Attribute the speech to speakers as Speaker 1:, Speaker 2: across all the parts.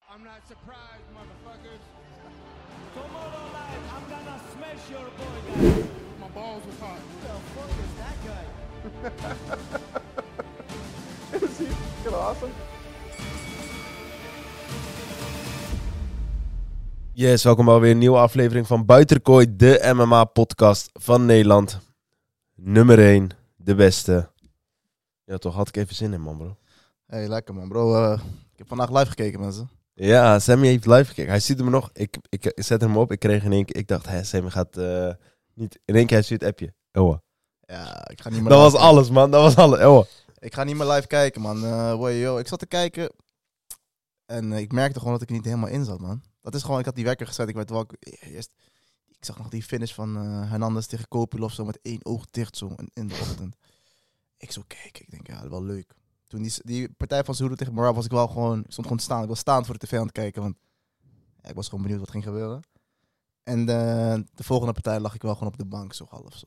Speaker 1: I'm not surprised, motherfuckers.
Speaker 2: Tomorrow night, I'm gonna smash your boy, guys.
Speaker 1: My balls was hot.
Speaker 2: Who the fuck is that guy?
Speaker 3: Is he fucking awesome?
Speaker 4: Yes, welkom bij weer een nieuwe aflevering van Buitenkooi, de MMA-podcast van Nederland. Nummer 1, de beste. Ja, toch had ik even zin in, man, bro.
Speaker 3: Hey, lekker man, bro. Eh, ik heb vandaag live gekeken, mensen.
Speaker 4: Ja, Sammy heeft live gekeken. Hij ziet me nog. Ik, ik, ik zette hem op. Ik kreeg in één keer. Ik dacht, hè, Sammy gaat eh, niet. In één keer hij stuurt het appje. Ewa.
Speaker 3: Ja, ik ga niet meer.
Speaker 4: Dat was
Speaker 3: live
Speaker 4: alles, man. Dat was alles. Ewa.
Speaker 3: kijken. Ik ga niet meer live kijken, man. Eh, boy, yo, ik zat te kijken en eh, ik merkte gewoon dat ik er niet helemaal in zat, man. Dat is gewoon, ik had die wekker gezet. Ik werd wakker. Eerst, ik zag nog die finish van eh Hernandez tegen Kopilov zo met één oog dicht zo in- in de ochtend. Ik zo kijken. Ik denk, ja, wel leuk. Toen die, die partij van Zuru tegen Morab was ik wel gewoon, ik stond gewoon staan. Ik was staand voor de tv aan het kijken, want ja, ik was gewoon benieuwd wat ging gebeuren. En eh, de volgende partij lag ik wel gewoon op de bank, zo half zo.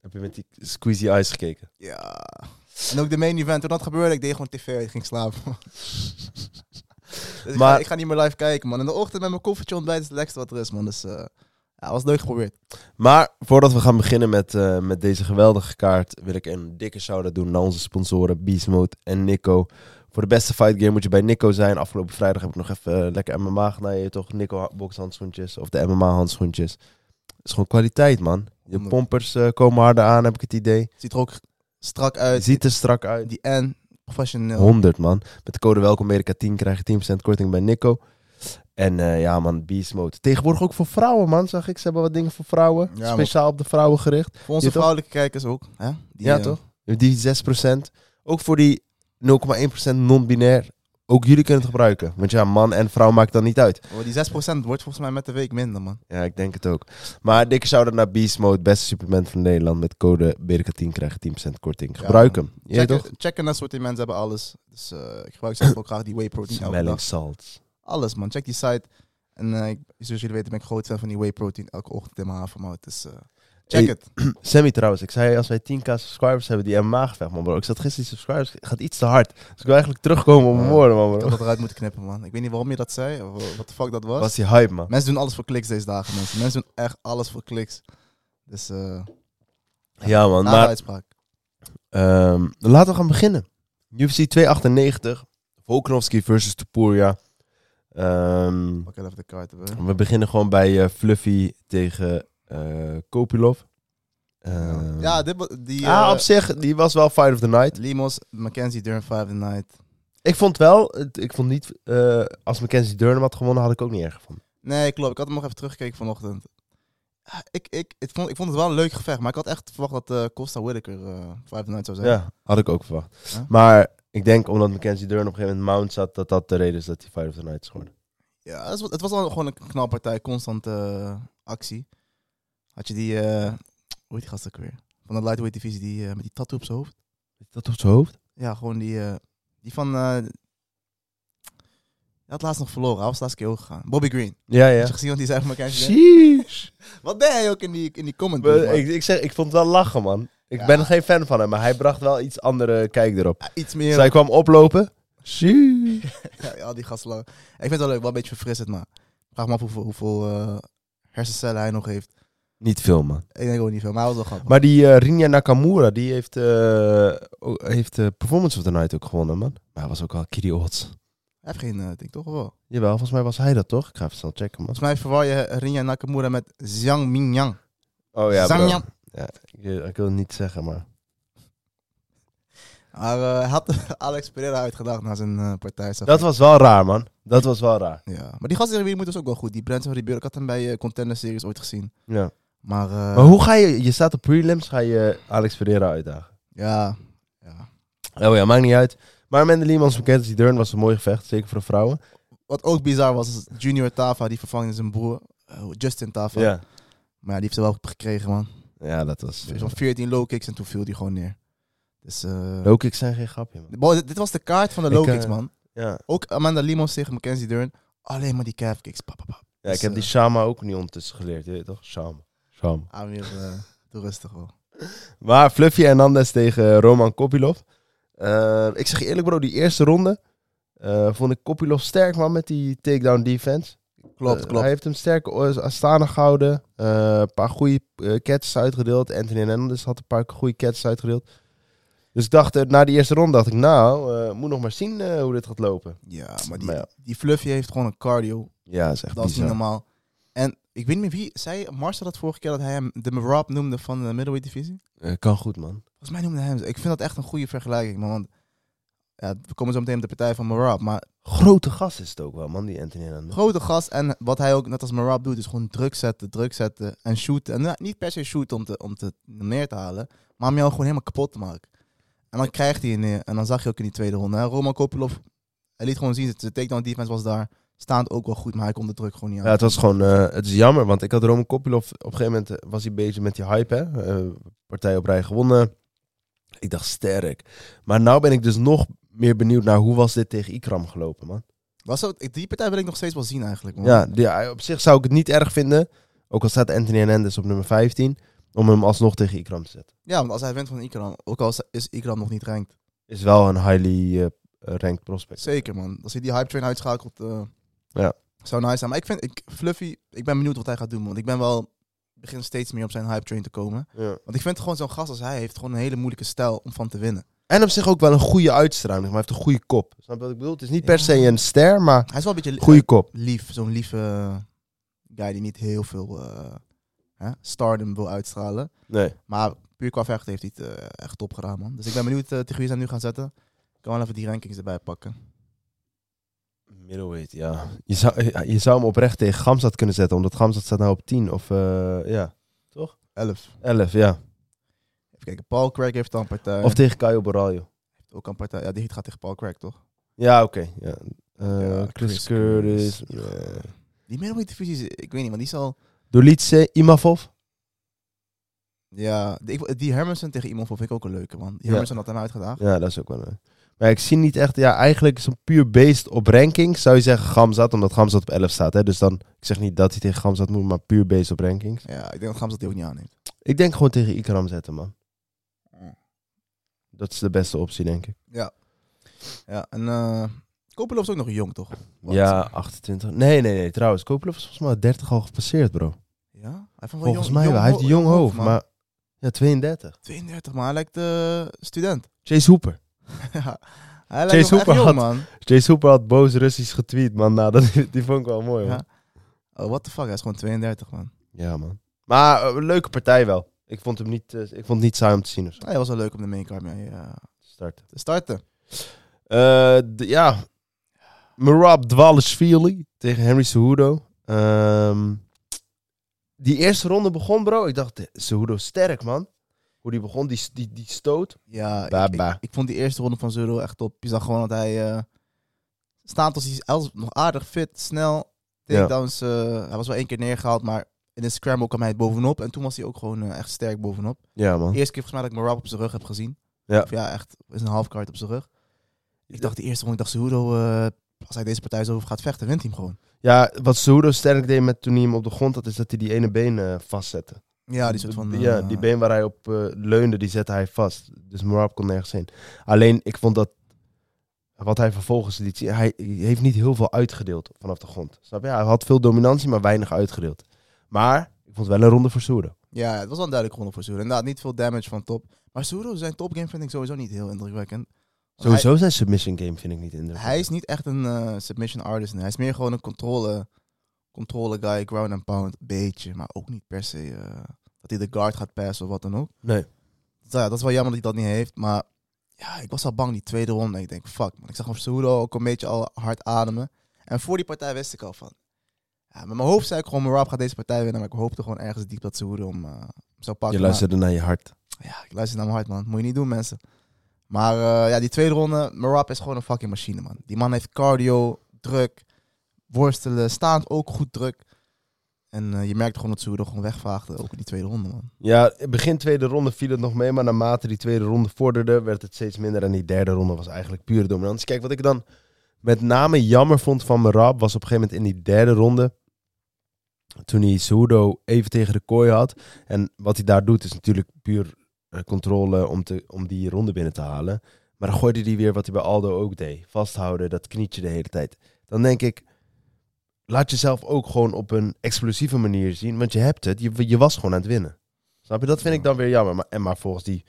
Speaker 4: Heb je met die squeezy eyes gekeken?
Speaker 3: Ja. En ook de main event. Toen dat gebeurde, ik deed gewoon tv uit. Ik ging slapen. dus maar... ik,
Speaker 4: Maar-
Speaker 3: ga, ik ga niet meer live kijken, man. In de ochtend met mijn koffertje ontbijt is het lekkerste wat er is, man. Dus eh ja, was leuk geprobeerd.
Speaker 4: Maar voordat we gaan beginnen met, eh, met deze geweldige kaart, wil ik een dikke shout-out doen naar onze sponsoren Beast Mode en Nico. Voor de beste fight game moet je bij Nico zijn. Afgelopen vrijdag heb ik nog even eh, lekker MMA gedaan. Je weet toch Nico ha- bokshandschoentjes of de MMA handschoentjes. Het is gewoon kwaliteit, man. Je
Speaker 3: Honderd.
Speaker 4: pompers eh, komen harder aan, heb ik het idee.
Speaker 3: Ziet er ook strak
Speaker 4: Het
Speaker 3: uit.
Speaker 4: ziet er strak uit.
Speaker 3: Eh, Die eh, N, professioneel.
Speaker 4: 100 man. Met de code Welkom Amerika 10 krijg je 10% korting bij Nico. En eh, ja man, Beast Mode. Tegenwoordig ook voor vrouwen man, zag ik. Ze hebben wat dingen voor vrouwen.
Speaker 3: Ja, man.
Speaker 4: Speciaal op de vrouwen gericht.
Speaker 3: Voor onze
Speaker 4: Ja, toch?
Speaker 3: vrouwelijke kijkers ook. Hè? Die,
Speaker 4: ja,
Speaker 3: eh,
Speaker 4: toch? Die 6%. Ook voor die 0,1% non-binair. Ook jullie kunnen het gebruiken. Want ja, man en vrouw maakt dan niet uit.
Speaker 3: oh, die 6% wordt volgens mij met de week minder, man.
Speaker 4: Ja, ik denk het ook. Maar dikke shout-out naar Beast Mode. Beste supplement van Nederland. Met code BRK10 krijg je 10% korting.
Speaker 3: Ja,
Speaker 4: Gebruik hem. Je weet
Speaker 3: Checken,
Speaker 4: toch?
Speaker 3: checken dat soort mensen hebben alles. Dus eh, ik gebruik zelf ook graag die whey protein elke dag.
Speaker 4: Smelling salts.
Speaker 3: Alles, man. Check die site. En eh, ik- zoals jullie weten ben ik groot fan van die whey protein. Elke ochtend in mijn havermout. Dus eh, check
Speaker 4: Hey,
Speaker 3: het.
Speaker 4: Sammy trouwens, ik zei als wij 10k subscribers hebben die MMA gevecht, man bro. Ik zat gisteren die subscribers, gaat iets te hard. Dus ik wil eigenlijk terugkomen op mijn
Speaker 3: Ja.
Speaker 4: woorden, man
Speaker 3: Ik
Speaker 4: bro.
Speaker 3: had dat eruit moeten knippen, man. Ik weet niet waarom je dat zei, of wat de fuck dat was.
Speaker 4: Was die hype, man.
Speaker 3: Mensen doen alles voor kliks deze dagen, mensen. Mensen doen echt alles voor kliks. Dus, eh
Speaker 4: Ja man,
Speaker 3: maar...
Speaker 4: maar
Speaker 3: uitspraak.
Speaker 4: Ehm, laten we gaan beginnen. UFC 298. Volkanovski versus Topuria. Ehm,
Speaker 3: Pak even de kaart erbij.
Speaker 4: we beginnen gewoon bij eh, Fluffy tegen eh Kopilov. Ehm,
Speaker 3: ja, dit, wa- die
Speaker 4: ah,
Speaker 3: eh,
Speaker 4: op zich, die was wel Fight of the Night.
Speaker 3: Limos, Mackenzie, Durn, Five the Night.
Speaker 4: Ik vond wel, het- ik vond niet, eh, als Mackenzie Dern hem had gewonnen, had ik ook niet erg gevonden.
Speaker 3: Nee, klopt. Ik had hem nog even teruggekeken vanochtend. Ah, Ik, ik, ik, vond, ik vond het wel een leuk gevecht, maar ik had echt verwacht dat eh, Costa Whittaker eh Five the Night zou zijn.
Speaker 4: Ja, had ik ook verwacht.
Speaker 3: Ja?
Speaker 4: Maar ik denk omdat Mackenzie Dern op een gegeven moment mount zat, dat dat de reden is dat hij Fight of the Night is geworden.
Speaker 3: Ja, het was, het was al gewoon een knalpartij, constante eh, actie. Had je die, eh hoe heet die gast ook weer? Van de lightweight divisie, die eh, met die tattoo op zijn hoofd.
Speaker 4: Is dat op zijn hoofd?
Speaker 3: Ja, gewoon die, eh, die van, eh die had laatst nog verloren, hij was de laatste keer ook gegaan. Bobby Green.
Speaker 4: Ja,
Speaker 3: Had
Speaker 4: ja.
Speaker 3: je gezien wat die zei van elkaar?
Speaker 4: Sheesh.
Speaker 3: Wat deed hij ook in die, in die comment?
Speaker 4: Maar
Speaker 3: bro, maar-
Speaker 4: ik, ik, zeg, ik vond het wel lachen, man. Ik
Speaker 3: Ja.
Speaker 4: ben geen fan van hem, maar hij bracht wel iets andere kijk erop.
Speaker 3: Ja, Ah, iets meer,
Speaker 4: Zij kwam oplopen.
Speaker 3: ja, ja, die gast. lang. Ik vind het wel leuk, wel een beetje verfrissend, maar ik vraag me af hoeveel, hoeveel eh, hersencellen hij nog heeft.
Speaker 4: Niet veel, man.
Speaker 3: Ik denk ook niet veel, maar hij was wel grappig.
Speaker 4: Maar die eh Rinya Nakamura, die heeft, eh, o- heeft eh, Performance of the Night ook gewonnen, man. Maar hij was ook al kitty odds.
Speaker 3: Hij heeft geen eh, ding, toch? Of wel?
Speaker 4: Jawel, volgens mij was hij dat, toch? Ik ga even snel checken, man.
Speaker 3: Volgens mij verwar je Rinja Nakamura met Zhang Mingyang.
Speaker 4: Oh ja, bro.
Speaker 3: Zhang-Yang.
Speaker 4: Ja, ik, ik wil het niet zeggen, maar...
Speaker 3: Maar eh, hij had Alex Pereira uitgedacht na zijn eh, partij. zag
Speaker 4: Dat
Speaker 3: ik.
Speaker 4: was wel raar, man. Dat was wel raar.
Speaker 3: Ja. Maar die gast tegen wie moet dus ook wel goed. Die Branson Ribeiro, ik had hem bij eh Contender Series ooit gezien.
Speaker 4: Ja.
Speaker 3: Maar, eh,
Speaker 4: Maar hoe ga je... Je staat op prelims, ga je Alex Pereira uitdagen.
Speaker 3: Ja. ja.
Speaker 4: Oh ja, maakt niet uit. Maar Amanda Liemans van Kenzie Dern was een mooi gevecht, zeker voor de vrouwen.
Speaker 3: Wat ook bizar was, is Junior Tava, die vervangde zijn broer. eh, Justin Tava. Maar ja, die heeft ze wel gekregen, man.
Speaker 4: Ja, dat was...
Speaker 3: Zo'n 14 low kicks en toen viel die gewoon neer. Dus, eh,
Speaker 4: Low kicks zijn geen grapje, man.
Speaker 3: boy, dit- dit was de kaart van de
Speaker 4: Ik,
Speaker 3: low kicks,
Speaker 4: eh,
Speaker 3: man.
Speaker 4: Ja,
Speaker 3: Ook Amanda Limos tegen Mackenzie Dern. Alleen maar die calf kicks. Pa, pa, pa.
Speaker 4: ja ik heb die Shama ook niet ondertussen geleerd, je weet toch? Shama. Shama.
Speaker 3: Amir, eh doe rustig, hoor.
Speaker 4: Maar Fluffy Hernandez tegen Roman Kopilov. Eh, ik zeg je eerlijk bro, die eerste ronde... eh, Eh, vond ik Kopilov sterk, man, met die takedown defense.
Speaker 3: Klopt,
Speaker 4: Eh,
Speaker 3: klopt.
Speaker 4: Hij heeft hem sterk eh, staande gehouden. Eh, Een paar goede eh, catches uitgedeeld. Anthony Hernandez had een paar goede catches uitgedeeld. Dus ik dacht, eh, na die eerste ronde dacht ik, nou, eh, moet nog maar zien eh, hoe dit gaat lopen.
Speaker 3: Ja, maar die,
Speaker 4: Maar ja.
Speaker 3: die Fluffy heeft gewoon een cardio.
Speaker 4: Ja, is echt
Speaker 3: Dat is niet normaal. En ik weet niet meer wie... Zei Marcel dat vorige keer dat hij hem de Rob noemde van de middleweight divisie?
Speaker 4: Eh, kan goed, man.
Speaker 3: Volgens mij noemde hij hem. zo. Ik vind dat echt een goede vergelijking, man. Want ja, we komen zo meteen op de partij van Marab. Maar
Speaker 4: Grote gast is het ook wel, man, die Anthony Hernandez.
Speaker 3: grote gast en wat hij ook net als Marab doet, is gewoon druk zetten, druk zetten en shooten. En nou, niet per se shooten om te, om te neer te halen, maar om jou gewoon helemaal kapot te maken. En dan krijgt hij je neer. En dan zag je ook in die tweede ronde. Hè? Roman Kopilov, hij liet gewoon zien, dat de takedown defense was daar. Staand ook wel goed, maar hij kon de druk gewoon niet aan.
Speaker 4: Ja, het was gewoon, eh, het is jammer, want ik had Roman Kopilov, op een gegeven moment eh, was hij bezig met die hype, hè. Eh, partij op rij gewonnen. Ik dacht, sterk. Maar nou ben ik dus nog meer benieuwd naar hoe was dit tegen Ikram gelopen, man.
Speaker 3: Was zo, die partij wil ik nog steeds wel zien eigenlijk. man.
Speaker 4: Ja, die- ja, op zich zou ik het niet erg vinden. Ook al staat Anthony Hernandez op nummer 15. Om hem alsnog tegen Ikram te zetten.
Speaker 3: ja, want als hij wint van Ikram, ook al is Ikram nog niet ranked.
Speaker 4: Is wel een highly eh, ranked prospect.
Speaker 3: Zeker, man. Als hij die hype train uitschakelt, eh,
Speaker 4: Ja.
Speaker 3: zou nice zijn. Maar ik vind, ik, Fluffy, ik ben benieuwd wat hij gaat doen. Want ik ben wel, ik begin steeds meer op zijn hype train te komen.
Speaker 4: Ja.
Speaker 3: Want ik vind gewoon zo'n gast als hij heeft gewoon een hele moeilijke stijl om van te winnen.
Speaker 4: En op zich ook wel een goede uitstraling. Maar hij heeft een goede kop. Snap je wat ik bedoel? Het is niet per
Speaker 3: Ja.
Speaker 4: se een ster, maar
Speaker 3: Hij is wel een beetje li-
Speaker 4: goede kop.
Speaker 3: lief. Zo'n lieve guy die niet heel veel eh, hè, stardom wil uitstralen.
Speaker 4: Nee.
Speaker 3: Maar puur qua vechten heeft hij het eh, echt top gedaan, man. Dus ik ben benieuwd eh, tegen wie ze hem nu gaan zetten. Ik kan wel even die rankings erbij pakken.
Speaker 4: Middleweight, ja. Je zou, je zou hem oprecht tegen Gamzat kunnen zetten. Omdat Gamzat staat nou op 10 of eh, ja,
Speaker 3: 11.
Speaker 4: 11,
Speaker 3: Oh,
Speaker 4: ja.
Speaker 3: Even kijken, Paul Craig heeft dan een partij.
Speaker 4: Of tegen Caio Borralho.
Speaker 3: heeft ook een partij. Ja, die gaat tegen Paul Craig, toch?
Speaker 4: Ja, oké. ja. Eh,
Speaker 3: Ja,
Speaker 4: Chris,
Speaker 3: Chris
Speaker 4: Curtis.
Speaker 3: Curtis.
Speaker 4: eh,
Speaker 3: Die middleweight divisie, is- ik weet niet, maar die zal...
Speaker 4: Dolice, Imavov.
Speaker 3: Ja, die, ik- die Hermansen tegen iemand vond ik ook een leuke, man. Die
Speaker 4: Ja.
Speaker 3: Hermansen had hem uitgedaagd.
Speaker 4: Ja, dat is ook wel. een- Maar ik zie niet echt. Ja, eigenlijk is een puur based op ranking. Zou je zeggen Gamzat, omdat Gamzat op 11 staat. Hè? Dus dan, ik zeg niet dat hij tegen Gamzat moet, maar puur based op rankings.
Speaker 3: Ja, ik denk dat Gamzat die ook niet aanneemt.
Speaker 4: Ik denk gewoon tegen Ikram zetten, man. Dat is de beste optie, denk ik.
Speaker 3: Ja, en eh Kopelov is ook nog jong, toch? Wat?
Speaker 4: Ja, 28. Nee, nee, nee. Trouwens, Kopelov is volgens mij 30 al gepasseerd, bro.
Speaker 3: Ja? Hij heeft wel
Speaker 4: Volgens
Speaker 3: jong-
Speaker 4: mij wel.
Speaker 3: jong
Speaker 4: Hij heeft een jong
Speaker 3: hoofd,
Speaker 4: hoofd,
Speaker 3: man.
Speaker 4: maar... Ja, 32.
Speaker 3: 32, maar hij lijkt eh student.
Speaker 4: Chase Hooper.
Speaker 3: Ja, hij lijkt nog echt
Speaker 4: Hooper
Speaker 3: jong,
Speaker 4: had-
Speaker 3: man.
Speaker 4: Chase Hooper had boos Russisch getweet, man. Nou, dat, die vond ik wel mooi, man.
Speaker 3: Ja. Oh, what the fuck, hij is gewoon 32, man.
Speaker 4: Ja, man. Maar eh, een leuke partij wel. Ik vond hem niet, eh, ik vond het niet saai om te zien of zo.
Speaker 3: Hij was wel leuk om de maincard mee eh,
Speaker 4: Starten. Eh,
Speaker 3: te starten.
Speaker 4: ja. Marab Dwalishvili tegen Henry Cejudo. Ehm, die eerste ronde begon, bro. Ik dacht, eh, Cejudo is sterk, man. Hoe die begon, die, die, die stoot.
Speaker 3: Ja,
Speaker 4: Ba,
Speaker 3: ik, ik,
Speaker 4: ba.
Speaker 3: ik vond die eerste ronde van Zero echt top. Je zag gewoon dat hij eh staat als hij is- hij was nog aardig fit, snel.
Speaker 4: Ja.
Speaker 3: Takedowns, eh, hij was wel één keer neergehaald, maar in de scramble kwam hij het bovenop. En toen was hij ook gewoon eh, echt sterk bovenop.
Speaker 4: Ja,
Speaker 3: De
Speaker 4: man.
Speaker 3: eerste keer volgens mij dat ik Marab op zijn rug heb gezien.
Speaker 4: Ja.
Speaker 3: Of ja, echt, is een halfkaart op zijn rug. Ik dacht de eerste ronde, ik dacht Cejudo, eh, als hij deze partij zo gaat vechten, wint hij hem gewoon.
Speaker 4: Ja, wat Cejudo sterk deed met toen hij hem op de grond had, is dat hij die ene been eh, vastzette.
Speaker 3: Ja, die soort van...
Speaker 4: ja,
Speaker 3: eh,
Speaker 4: die been waar hij op eh, leunde, die zette hij vast. Dus Marab kon nergens heen. Alleen, ik vond dat... Wat hij vervolgens liet zien... Hij heeft niet heel veel uitgedeeld vanaf de grond. Snap je? Hij had veel dominantie, maar weinig uitgedeeld. Maar, ik vond het wel een ronde voor Soeren.
Speaker 3: Ja, het was wel een duidelijke ronde voor Cejudo. Inderdaad, niet veel damage van top. Maar Cejudo, zijn topgame vind ik sowieso niet heel indrukwekkend. Want hij-
Speaker 4: Sowieso zijn submission game vind ik niet indrukwekkend.
Speaker 3: Hij is niet echt een eh, submission artist. nee. Hij is meer gewoon een controle, controle guy, ground and pound. Beetje, maar ook niet per se eh, dat hij de guard gaat passen of wat dan ook.
Speaker 4: Nee.
Speaker 3: Dus, ja, dat is wel jammer dat hij dat niet heeft. Maar ja, ik was al bang die tweede ronde. Ik denk, fuck man. Ik zag op Cejudo ook een beetje al hard ademen. En voor die partij wist ik al van. Ja, met mijn hoofd zei ik gewoon, Marab gaat deze partij winnen. Maar ik hoopte gewoon ergens diep dat Cejudo hem eh, zou pakken.
Speaker 4: Je
Speaker 3: Maar-
Speaker 4: luisterde naar je hart.
Speaker 3: ja, ik luister naar mijn hart, man. Moet je niet doen, mensen. Maar eh, ja, die tweede ronde, Marab is gewoon een fucking machine, man. Die man heeft cardio, druk, worstelen, staand ook goed druk. En eh, je merkt gewoon dat Soedo gewoon wegvaagde, ook in die tweede ronde, man.
Speaker 4: Ja, begin tweede ronde viel het nog mee. Maar naarmate die tweede ronde vorderde, werd het steeds minder. En die derde ronde was eigenlijk pure dominantie. Kijk, wat ik dan met name jammer vond van Merab... was op een gegeven moment in die derde ronde... toen hij Cejudo even tegen de kooi had. En wat hij daar doet is natuurlijk puur eh, controle om, te, om die ronde binnen te halen. Maar dan gooide hij weer wat hij bij Aldo ook deed. Vasthouden, dat knietje de hele tijd. Dan denk ik, laat jezelf ook gewoon op een explosieve manier zien. Want je hebt het, je, je was gewoon aan het winnen. Snap je? Dat vind ik dan weer jammer. Maar, en maar volgens die...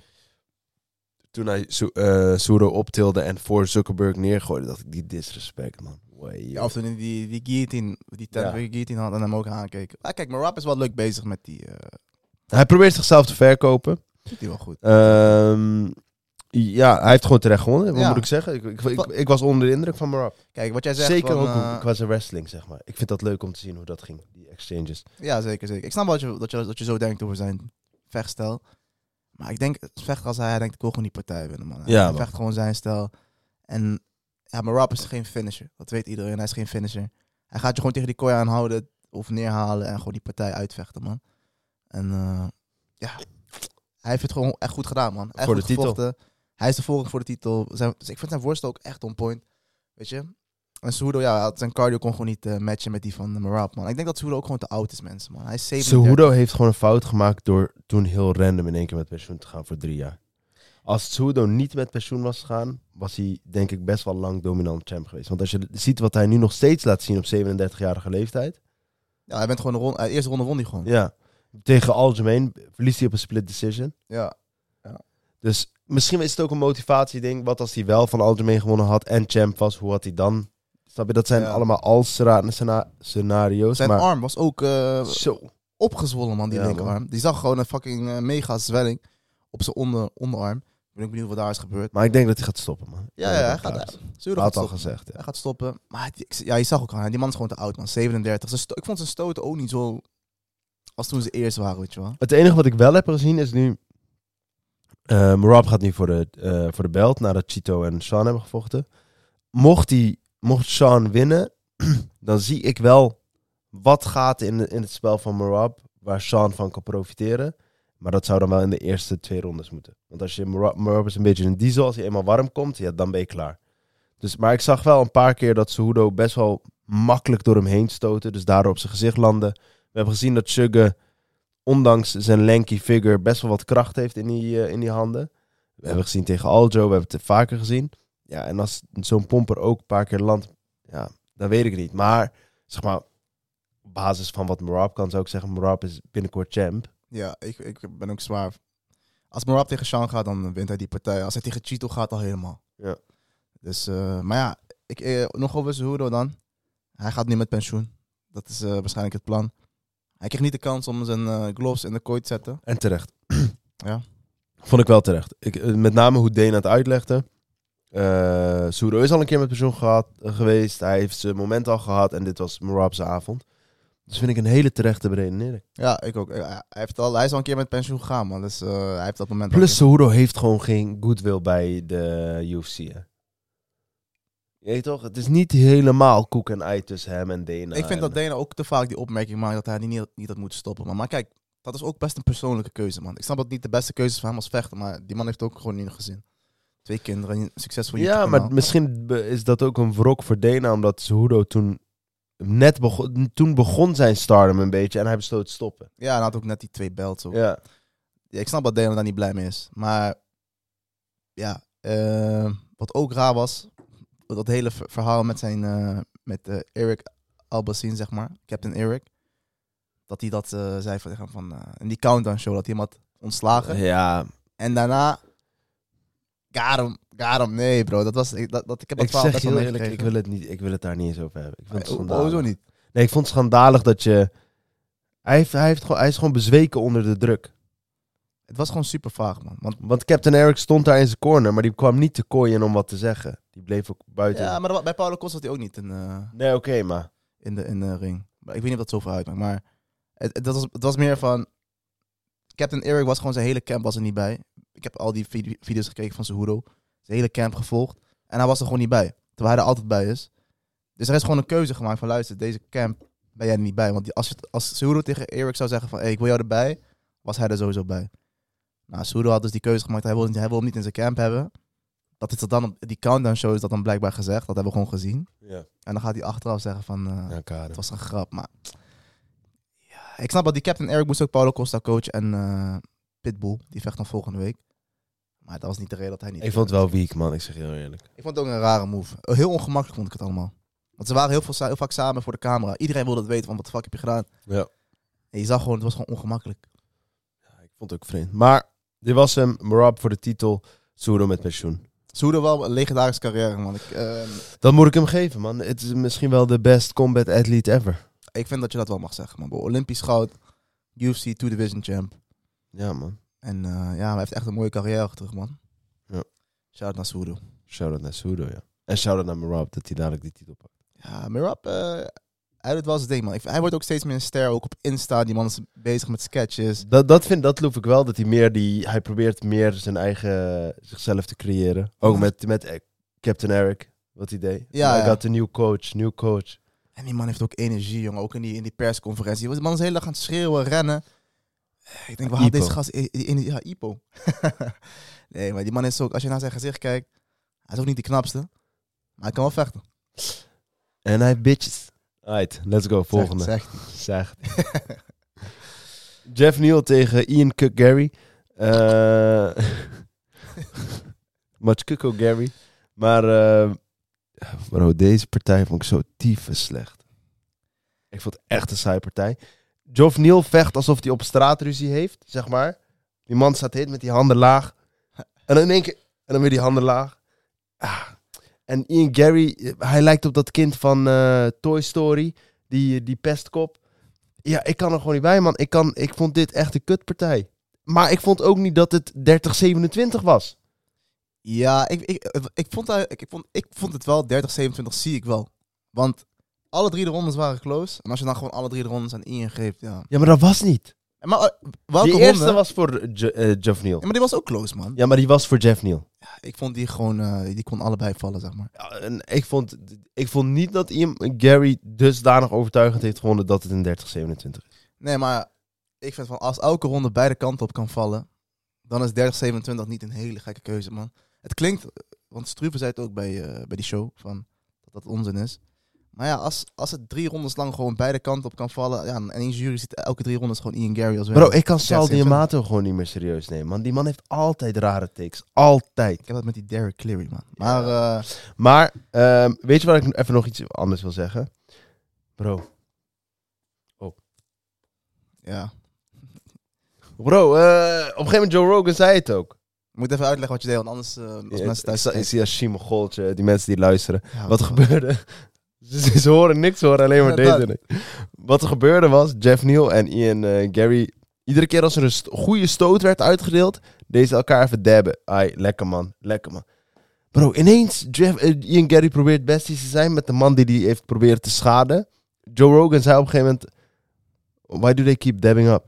Speaker 4: Toen hij Su eh, Suro optilde en voor Zuckerberg neergooide, dacht ik, die disrespect, man. Wee,
Speaker 3: Ja, of toen hij die, die guillotine, die
Speaker 4: Ja.
Speaker 3: temporary guillotine had en hem ook aankeek. Ah, kijk, maar Rap is wel leuk bezig met die. eh
Speaker 4: Hij probeert zichzelf te verkopen.
Speaker 3: doet hij wel goed.
Speaker 4: Ehm, ja, hij heeft gewoon terecht gewonnen. Wat
Speaker 3: Ja.
Speaker 4: moet ik zeggen? Ik, ik, ik, ik was onder de indruk van Marab.
Speaker 3: Kijk, wat jij zegt.
Speaker 4: Zeker
Speaker 3: van,
Speaker 4: ook
Speaker 3: eh,
Speaker 4: qua zijn wrestling, zeg maar. Ik vind dat leuk om te zien hoe dat ging, die exchanges.
Speaker 3: Ja, zeker, zeker. Ik snap wel dat je, dat, je, dat je zo denkt over zijn vechtstijl. Maar ik denk, het vecht als hij, hij denkt, ik wil gewoon die partij winnen, man.
Speaker 4: Ja,
Speaker 3: hij
Speaker 4: man.
Speaker 3: vecht gewoon zijn stijl. En ja, maar Rob is geen finisher. Dat weet iedereen, hij is geen finisher. Hij gaat je gewoon tegen die kooi aanhouden of neerhalen en gewoon die partij uitvechten, man. En eh, ja, hij heeft het gewoon echt goed gedaan, man. Echt
Speaker 4: Voor de
Speaker 3: goed
Speaker 4: titel.
Speaker 3: gevochten. Hij is de volgende voor de titel. Zijn, dus ik vind zijn worst ook echt on point, weet je. En Cejudo, ja, hij had- zijn cardio kon gewoon niet eh, matchen met die van Marab, man. Ik denk dat Cejudo ook gewoon te oud is, mensen, man. Hij is 37.
Speaker 4: Cejudo heeft gewoon een fout gemaakt door toen heel random in één keer met pensioen te gaan voor drie jaar. Als Cejudo niet met pensioen was gegaan, was hij denk ik best wel lang dominant champ geweest. Want als je ziet wat hij nu nog steeds laat zien op 37-jarige leeftijd.
Speaker 3: Ja, hij bent gewoon de ronde, eh, eerste ronde won hij gewoon.
Speaker 4: Ja, tegen Algemeen verliest hij op een split decision.
Speaker 3: Ja.
Speaker 4: Dus misschien is het ook een motivatieding. Wat als hij wel van Algemeen gewonnen had en champ was, hoe had hij dan? Snap je, dat zijn
Speaker 3: Ja.
Speaker 4: allemaal al scena- scena- scenario's.
Speaker 3: Zijn
Speaker 4: maar
Speaker 3: arm was ook eh,
Speaker 4: zo.
Speaker 3: opgezwollen, man, die
Speaker 4: Ja,
Speaker 3: linkerarm. Die zag gewoon een fucking eh, mega zwelling op zijn onder, onderarm. Ik ben ook benieuwd wat daar is gebeurd.
Speaker 4: Maar ik denk dat hij gaat stoppen, man.
Speaker 3: Ja,
Speaker 4: Ik denk
Speaker 3: ja,
Speaker 4: dat
Speaker 3: hij gaat-
Speaker 4: stoppen.
Speaker 3: Cejudo
Speaker 4: Hij
Speaker 3: gaat
Speaker 4: had al
Speaker 3: stoppen.
Speaker 4: gezegd. ja.
Speaker 3: Hij gaat stoppen. Maar het- ik- ja, je zag ook al, hè, die man is gewoon te oud, man. 37. Zijn sto- ik vond zijn stoten ook niet zo als toen ze eerst waren, weet je wel.
Speaker 4: Het enige wat ik wel heb gezien is nu... eh Rob gaat nu voor de, eh, voor de belt nadat Chito en Sean hebben gevochten. Mocht, die, mocht Sean winnen, dan zie ik wel wat gaat in, de- in het spel van Marab waar Sean van kan profiteren. Maar dat zou dan wel in de eerste twee rondes moeten. Want als je Marab, Marab is een beetje een diesel, als hij eenmaal warm komt, ja, dan ben je klaar. Dus, maar ik zag wel een paar keer dat Cejudo best wel makkelijk door hem heen stoten. Dus daardoor op zijn gezicht landde. We hebben gezien dat Sugar ondanks zijn lanky figure best wel wat kracht heeft in die, eh, in die handen. We hebben gezien tegen Aljo, we hebben het vaker gezien. Ja, en als zo'n pomper ook een paar keer landt, ja, dan weet ik het niet. Maar, zeg maar, op basis van wat Marab kan, zou ik zeggen, Marab is binnenkort champ.
Speaker 3: Ja, ik, ik ben ook zwaar. Als Marab tegen Sean gaat, dan wint hij die partij. Als hij tegen Cheeto gaat, al helemaal.
Speaker 4: Ja.
Speaker 3: Dus, eh, maar ja, ik, eh, nog over Cejudo dan. Hij gaat nu met pensioen. Dat is eh, waarschijnlijk het plan. Hij kreeg niet de kans om zijn eh, gloves in de kooi te zetten.
Speaker 4: En terecht.
Speaker 3: Ja.
Speaker 4: Vond ik wel terecht. Ik, eh, met name hoe Dana het uitlegde. Eh Soero is al een keer met pensioen gehad, eh, geweest. Hij heeft zijn moment al gehad en dit was Marab's avond. Dus vind ik een hele terechte beredenering.
Speaker 3: Ja, ik ook. Ja, hij, heeft al, hij is al een keer met pensioen gegaan, man. Dus eh, hij heeft dat moment... al
Speaker 4: Plus Cejudo heeft gewoon geen goodwill bij de UFC. Hè? Je weet toch? Het is niet helemaal koek en ei tussen hem en Dana.
Speaker 3: ik vind
Speaker 4: en-
Speaker 3: dat Dana ook te vaak die opmerking maakt dat hij die niet, niet had moeten stoppen. Man. Maar kijk, dat is ook best een persoonlijke keuze, man. Ik snap dat het niet de beste keuze is voor hem als vechter, maar die man heeft ook gewoon nu een gezin. Twee kinderen, een succesvol
Speaker 4: Ja,
Speaker 3: YouTube-kanaal.
Speaker 4: maar misschien be- is dat ook een wrok voor Dana, omdat Cejudo toen net begon, toen begon zijn stardom een beetje en hij besloot te stoppen.
Speaker 3: Ja, en hij had ook net die twee belts. ook.
Speaker 4: Ja.
Speaker 3: Ja, ik snap dat Dana daar niet blij mee is. Maar ja, eh, wat ook raar was, dat hele ver- verhaal met zijn eh, met eh, Eric Albacin, zeg maar, Captain Eric. Dat hij dat eh, zei van, tegen hem van eh, in die countdown show dat hij hem had ontslagen.
Speaker 4: ja,
Speaker 3: En daarna. Garum, Garum, nee bro. Dat was, ik, dat, dat, ik heb dat
Speaker 4: ik zeg je
Speaker 3: wel
Speaker 4: heel eerlijk, ik
Speaker 3: meegekregen. Eh,
Speaker 4: wil, het niet, ik wil het daar niet eens over hebben. Ik vind het
Speaker 3: Ho-
Speaker 4: schandalig.
Speaker 3: Hoezo niet?
Speaker 4: Nee, ik vond het schandalig dat je... Hij, heeft, hij, heeft gewoon, hij is gewoon bezweken onder de druk.
Speaker 3: Het was gewoon super vaag, man. Want,
Speaker 4: Want Captain Eric stond daar in zijn corner, maar die kwam niet te kooien om wat te zeggen. Die bleef ook buiten.
Speaker 3: ja, maar dat- bij Paulo Costa had hij ook niet in, eh,
Speaker 4: Nee, oké, maar...
Speaker 3: in, de, in de ring. Maar ik weet niet of dat zoveel uitmaakt. Maar het, het, was, het was meer van. Captain Eric was gewoon zijn hele camp was er niet bij. Ik heb al die vide- video's gekeken van Cejudo. Zijn hele camp gevolgd. En hij was er gewoon niet bij. Terwijl hij er altijd bij is. Dus er is gewoon een keuze gemaakt van luister, deze camp ben jij er niet bij. Want die- als, je, als Cejudo tegen Eric zou zeggen van hey, ik wil jou erbij, was hij er sowieso bij. Nou, Cejudo had dus die keuze gemaakt. Hij wil, hij wil hem niet in zijn camp hebben. Dat is dat dan op die countdown show is dat dan blijkbaar gezegd. Dat hebben we gewoon gezien.
Speaker 4: Ja,
Speaker 3: En dan gaat hij achteraf zeggen van eh,
Speaker 4: kader.
Speaker 3: het was een grap, maar... Ja, ik snap dat die captain Eric moest ook Paulo Costa coach en eh, Pitbull. Die vecht dan volgende week. Maar dat was niet de reden dat hij niet...
Speaker 4: Ik vond het wel weak, man. Ik zeg heel eerlijk.
Speaker 3: Ik vond het ook een rare move. Oh, Heel ongemakkelijk vond ik het allemaal. Want ze waren heel, veel, sa- heel vaak samen voor de camera. Iedereen wilde het weten van wat de fuck heb je gedaan.
Speaker 4: Ja.
Speaker 3: En je zag gewoon, het was gewoon ongemakkelijk.
Speaker 4: Ja, ik vond het ook vreemd. Maar dit was hem. Marab voor de titel. Soedo met pensioen.
Speaker 3: Zoede wel een legendarische carrière, man. Ik, ehm,
Speaker 4: Dat moet ik hem geven, man. Het is misschien wel de best combat athlete ever.
Speaker 3: ik vind dat je dat wel mag zeggen, man. Bro, Olympisch goud, UFC 2 Division champ.
Speaker 4: Ja, man.
Speaker 3: En eh, ja, hij heeft echt een mooie carrière achter terug, man.
Speaker 4: Ja.
Speaker 3: Shout-out naar Soedo.
Speaker 4: Shout-out naar Soedo, ja. En shout-out naar Marab dat hij dadelijk die titel pakt.
Speaker 3: Ja, Mirab, eh hij doet wel zijn ding, man. Ik- Hij wordt ook steeds meer een ster, ook op Insta. Die man is bezig met sketches.
Speaker 4: Dat, dat vind dat loef ik wel, dat hij meer die... Hij probeert meer zijn eigen... zichzelf te creëren. Ook
Speaker 3: Ja.
Speaker 4: met, met eh, Captain Eric, wat hij deed.
Speaker 3: Ja,
Speaker 4: Ik
Speaker 3: ja.
Speaker 4: had een nieuw coach, nieuw coach.
Speaker 3: En die man heeft ook energie, jongen. Ook in die, in die persconferentie. Die man is de hele dag aan het schreeuwen, rennen. Eh, Ik denk, waar haalt
Speaker 4: Ipo.
Speaker 3: deze gast e- die energie? Ja, Ipo. nee, maar die man is ook... Als je naar zijn gezicht kijkt... Hij is ook niet de knapste. Maar hij kan wel vechten.
Speaker 4: En hij bitches. Alright, let's go. Volgende.
Speaker 3: Zegt, zegt.
Speaker 4: Zegt. Jeff Neal tegen Ian Cook Gary. Eh Much Cook ook Gary. Maar eh, bro, deze partij vond ik zo tyfus slecht. Ik vond het echt een saaie partij. Jeff Neal vecht alsof hij op straat ruzie heeft, zeg maar. Die man staat heen met die handen laag. En dan in één keer, en dan weer die handen laag. Ah. En Ian Gary, eh, hij lijkt op dat kind van eh, Toy Story. Die, die pestkop. Ja, ik kan er gewoon niet bij, man. Ik, kan, ik vond dit echt een kutpartij. Maar ik vond ook niet dat het 30-27 was.
Speaker 3: Ja, ik, ik, ik, vond, hij- ik, ik, vond, ik vond het wel 30, 27 zie ik wel. Want alle drie de rondes waren close. En als je dan gewoon alle drie de rondes aan Ian geeft, ja.
Speaker 4: Ja, maar dat was niet.
Speaker 3: En Maar eh, welke
Speaker 4: die eerste
Speaker 3: ronde...
Speaker 4: was voor Je- eh, Jeff Neal.
Speaker 3: Ja, maar die was ook close, man.
Speaker 4: Ja, maar die was voor Jeff Neal.
Speaker 3: Ik vond die gewoon... eh, die kon allebei vallen, zeg maar.
Speaker 4: Ja, en ik, vond, ik vond niet dat Ian Gary dusdanig overtuigend heeft gewonnen dat het een 30-27 is.
Speaker 3: Nee, maar ik vind van als elke ronde beide kanten op kan vallen, dan is 30-27 niet een hele gekke keuze, man. Het klinkt, want Struve zei het ook bij, eh, bij die show, van, dat dat onzin is. Maar ja, als, als het drie rondes lang gewoon beide kanten op kan vallen, ja, en één jury ziet elke drie rondes gewoon Ian Gary als
Speaker 4: Bro,
Speaker 3: winnaar.
Speaker 4: ik kan Sal
Speaker 3: 30-27.
Speaker 4: Diamato gewoon niet meer serieus nemen, man. Die man heeft altijd rare takes. Altijd.
Speaker 3: Ik heb dat met die Derek Cleary, man. Maar eh,
Speaker 4: Maar ehm, weet je wat ik even nog iets anders wil zeggen? Bro.
Speaker 3: ja,
Speaker 4: Bro, eh, op een gegeven moment Joe Rogan zei het ook.
Speaker 3: ik moet even uitleggen wat je deed, want anders eh, als
Speaker 4: Ja,
Speaker 3: mensen
Speaker 4: ik
Speaker 3: thuis...
Speaker 4: sta- Ik zie Hashim Goltje, die mensen die luisteren.
Speaker 3: Ja,
Speaker 4: Wat er gebeurde? Ze, ze- ze horen niks, ze horen alleen maar
Speaker 3: Inderdaad.
Speaker 4: deze. Wat er gebeurde was, Jeff Neal en Ian eh, Gary... Iedere keer als er een st- goede stoot werd uitgedeeld... deden ze elkaar even dabben. Ai, lekker man, lekker man. Bro, ineens, Jeff, eh, Ian Gary probeert besties te zijn... met de man die die heeft proberen te schaden. Joe Rogan zei op een gegeven moment... Why do they keep dabbing up?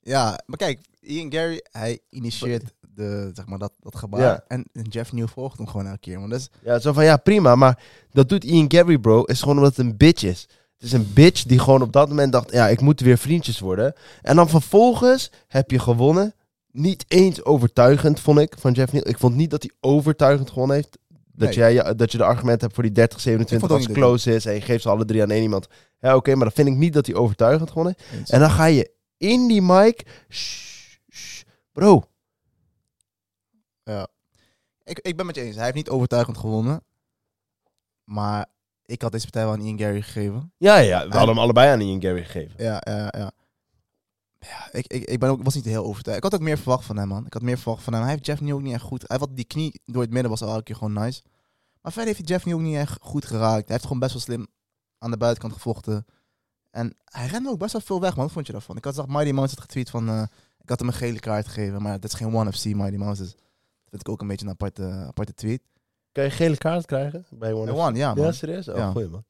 Speaker 3: Ja, maar kijk, Ian Gary, hij initieert de, zeg maar, dat, dat gebaar.
Speaker 4: Ja.
Speaker 3: En, en Jeff Neal volgt hem gewoon elke keer. Want dat is,
Speaker 4: Ja, zo van ja, prima, maar dat doet Ian Gary, bro, is gewoon omdat het een bitch is. Het is een bitch die gewoon op dat moment dacht, ja, ik moet weer vriendjes worden. En dan vervolgens heb je gewonnen. Niet eens overtuigend, vond ik, van Jeff Neal. Ik vond niet dat hij overtuigend gewonnen heeft. Dat,
Speaker 3: Nee.
Speaker 4: jij, je- dat je de argument hebt voor die 30-27
Speaker 3: Ik vond ook
Speaker 4: als
Speaker 3: niet
Speaker 4: close is. En je geeft ze alle drie aan één iemand. Ja, oké, maar dat vind ik niet dat hij overtuigend gewonnen heeft. En dan ga je in die mic. shh, shh, bro,
Speaker 3: ik, ik ben met je eens. Hij heeft niet overtuigend gewonnen. Maar ik had deze partij wel aan Ian Gary gegeven.
Speaker 4: ja, ja, we hadden hem allebei aan Ian Gary gegeven.
Speaker 3: Ja, ja, ja. Ja, ik, ik, ik ben ook, was niet heel overtuigd. Ik had ook meer verwacht van hem, man. Ik had meer verwacht van hem. Hij heeft Jeff Neal ook niet echt goed... Hij had die knie door het midden was al elke keer gewoon nice. Maar verder heeft hij Jeff Neal ook niet echt goed geraakt. Hij heeft gewoon best wel slim aan de buitenkant gevochten. En hij rende ook best wel veel weg, man. Wat vond je daarvan? Ik had zag Mighty Mouse had getweet van... eh, ik had hem een gele kaart gegeven, maar dat is geen one of C Mighty Mouse. Dus dat vind ik ook een beetje een aparte, aparte tweet.
Speaker 4: Kan je gele kaart krijgen bij One
Speaker 3: One,
Speaker 4: FC?
Speaker 3: ja, Ah, man.
Speaker 4: Ja, serieus? Oh,
Speaker 3: Ja.
Speaker 4: goeie man.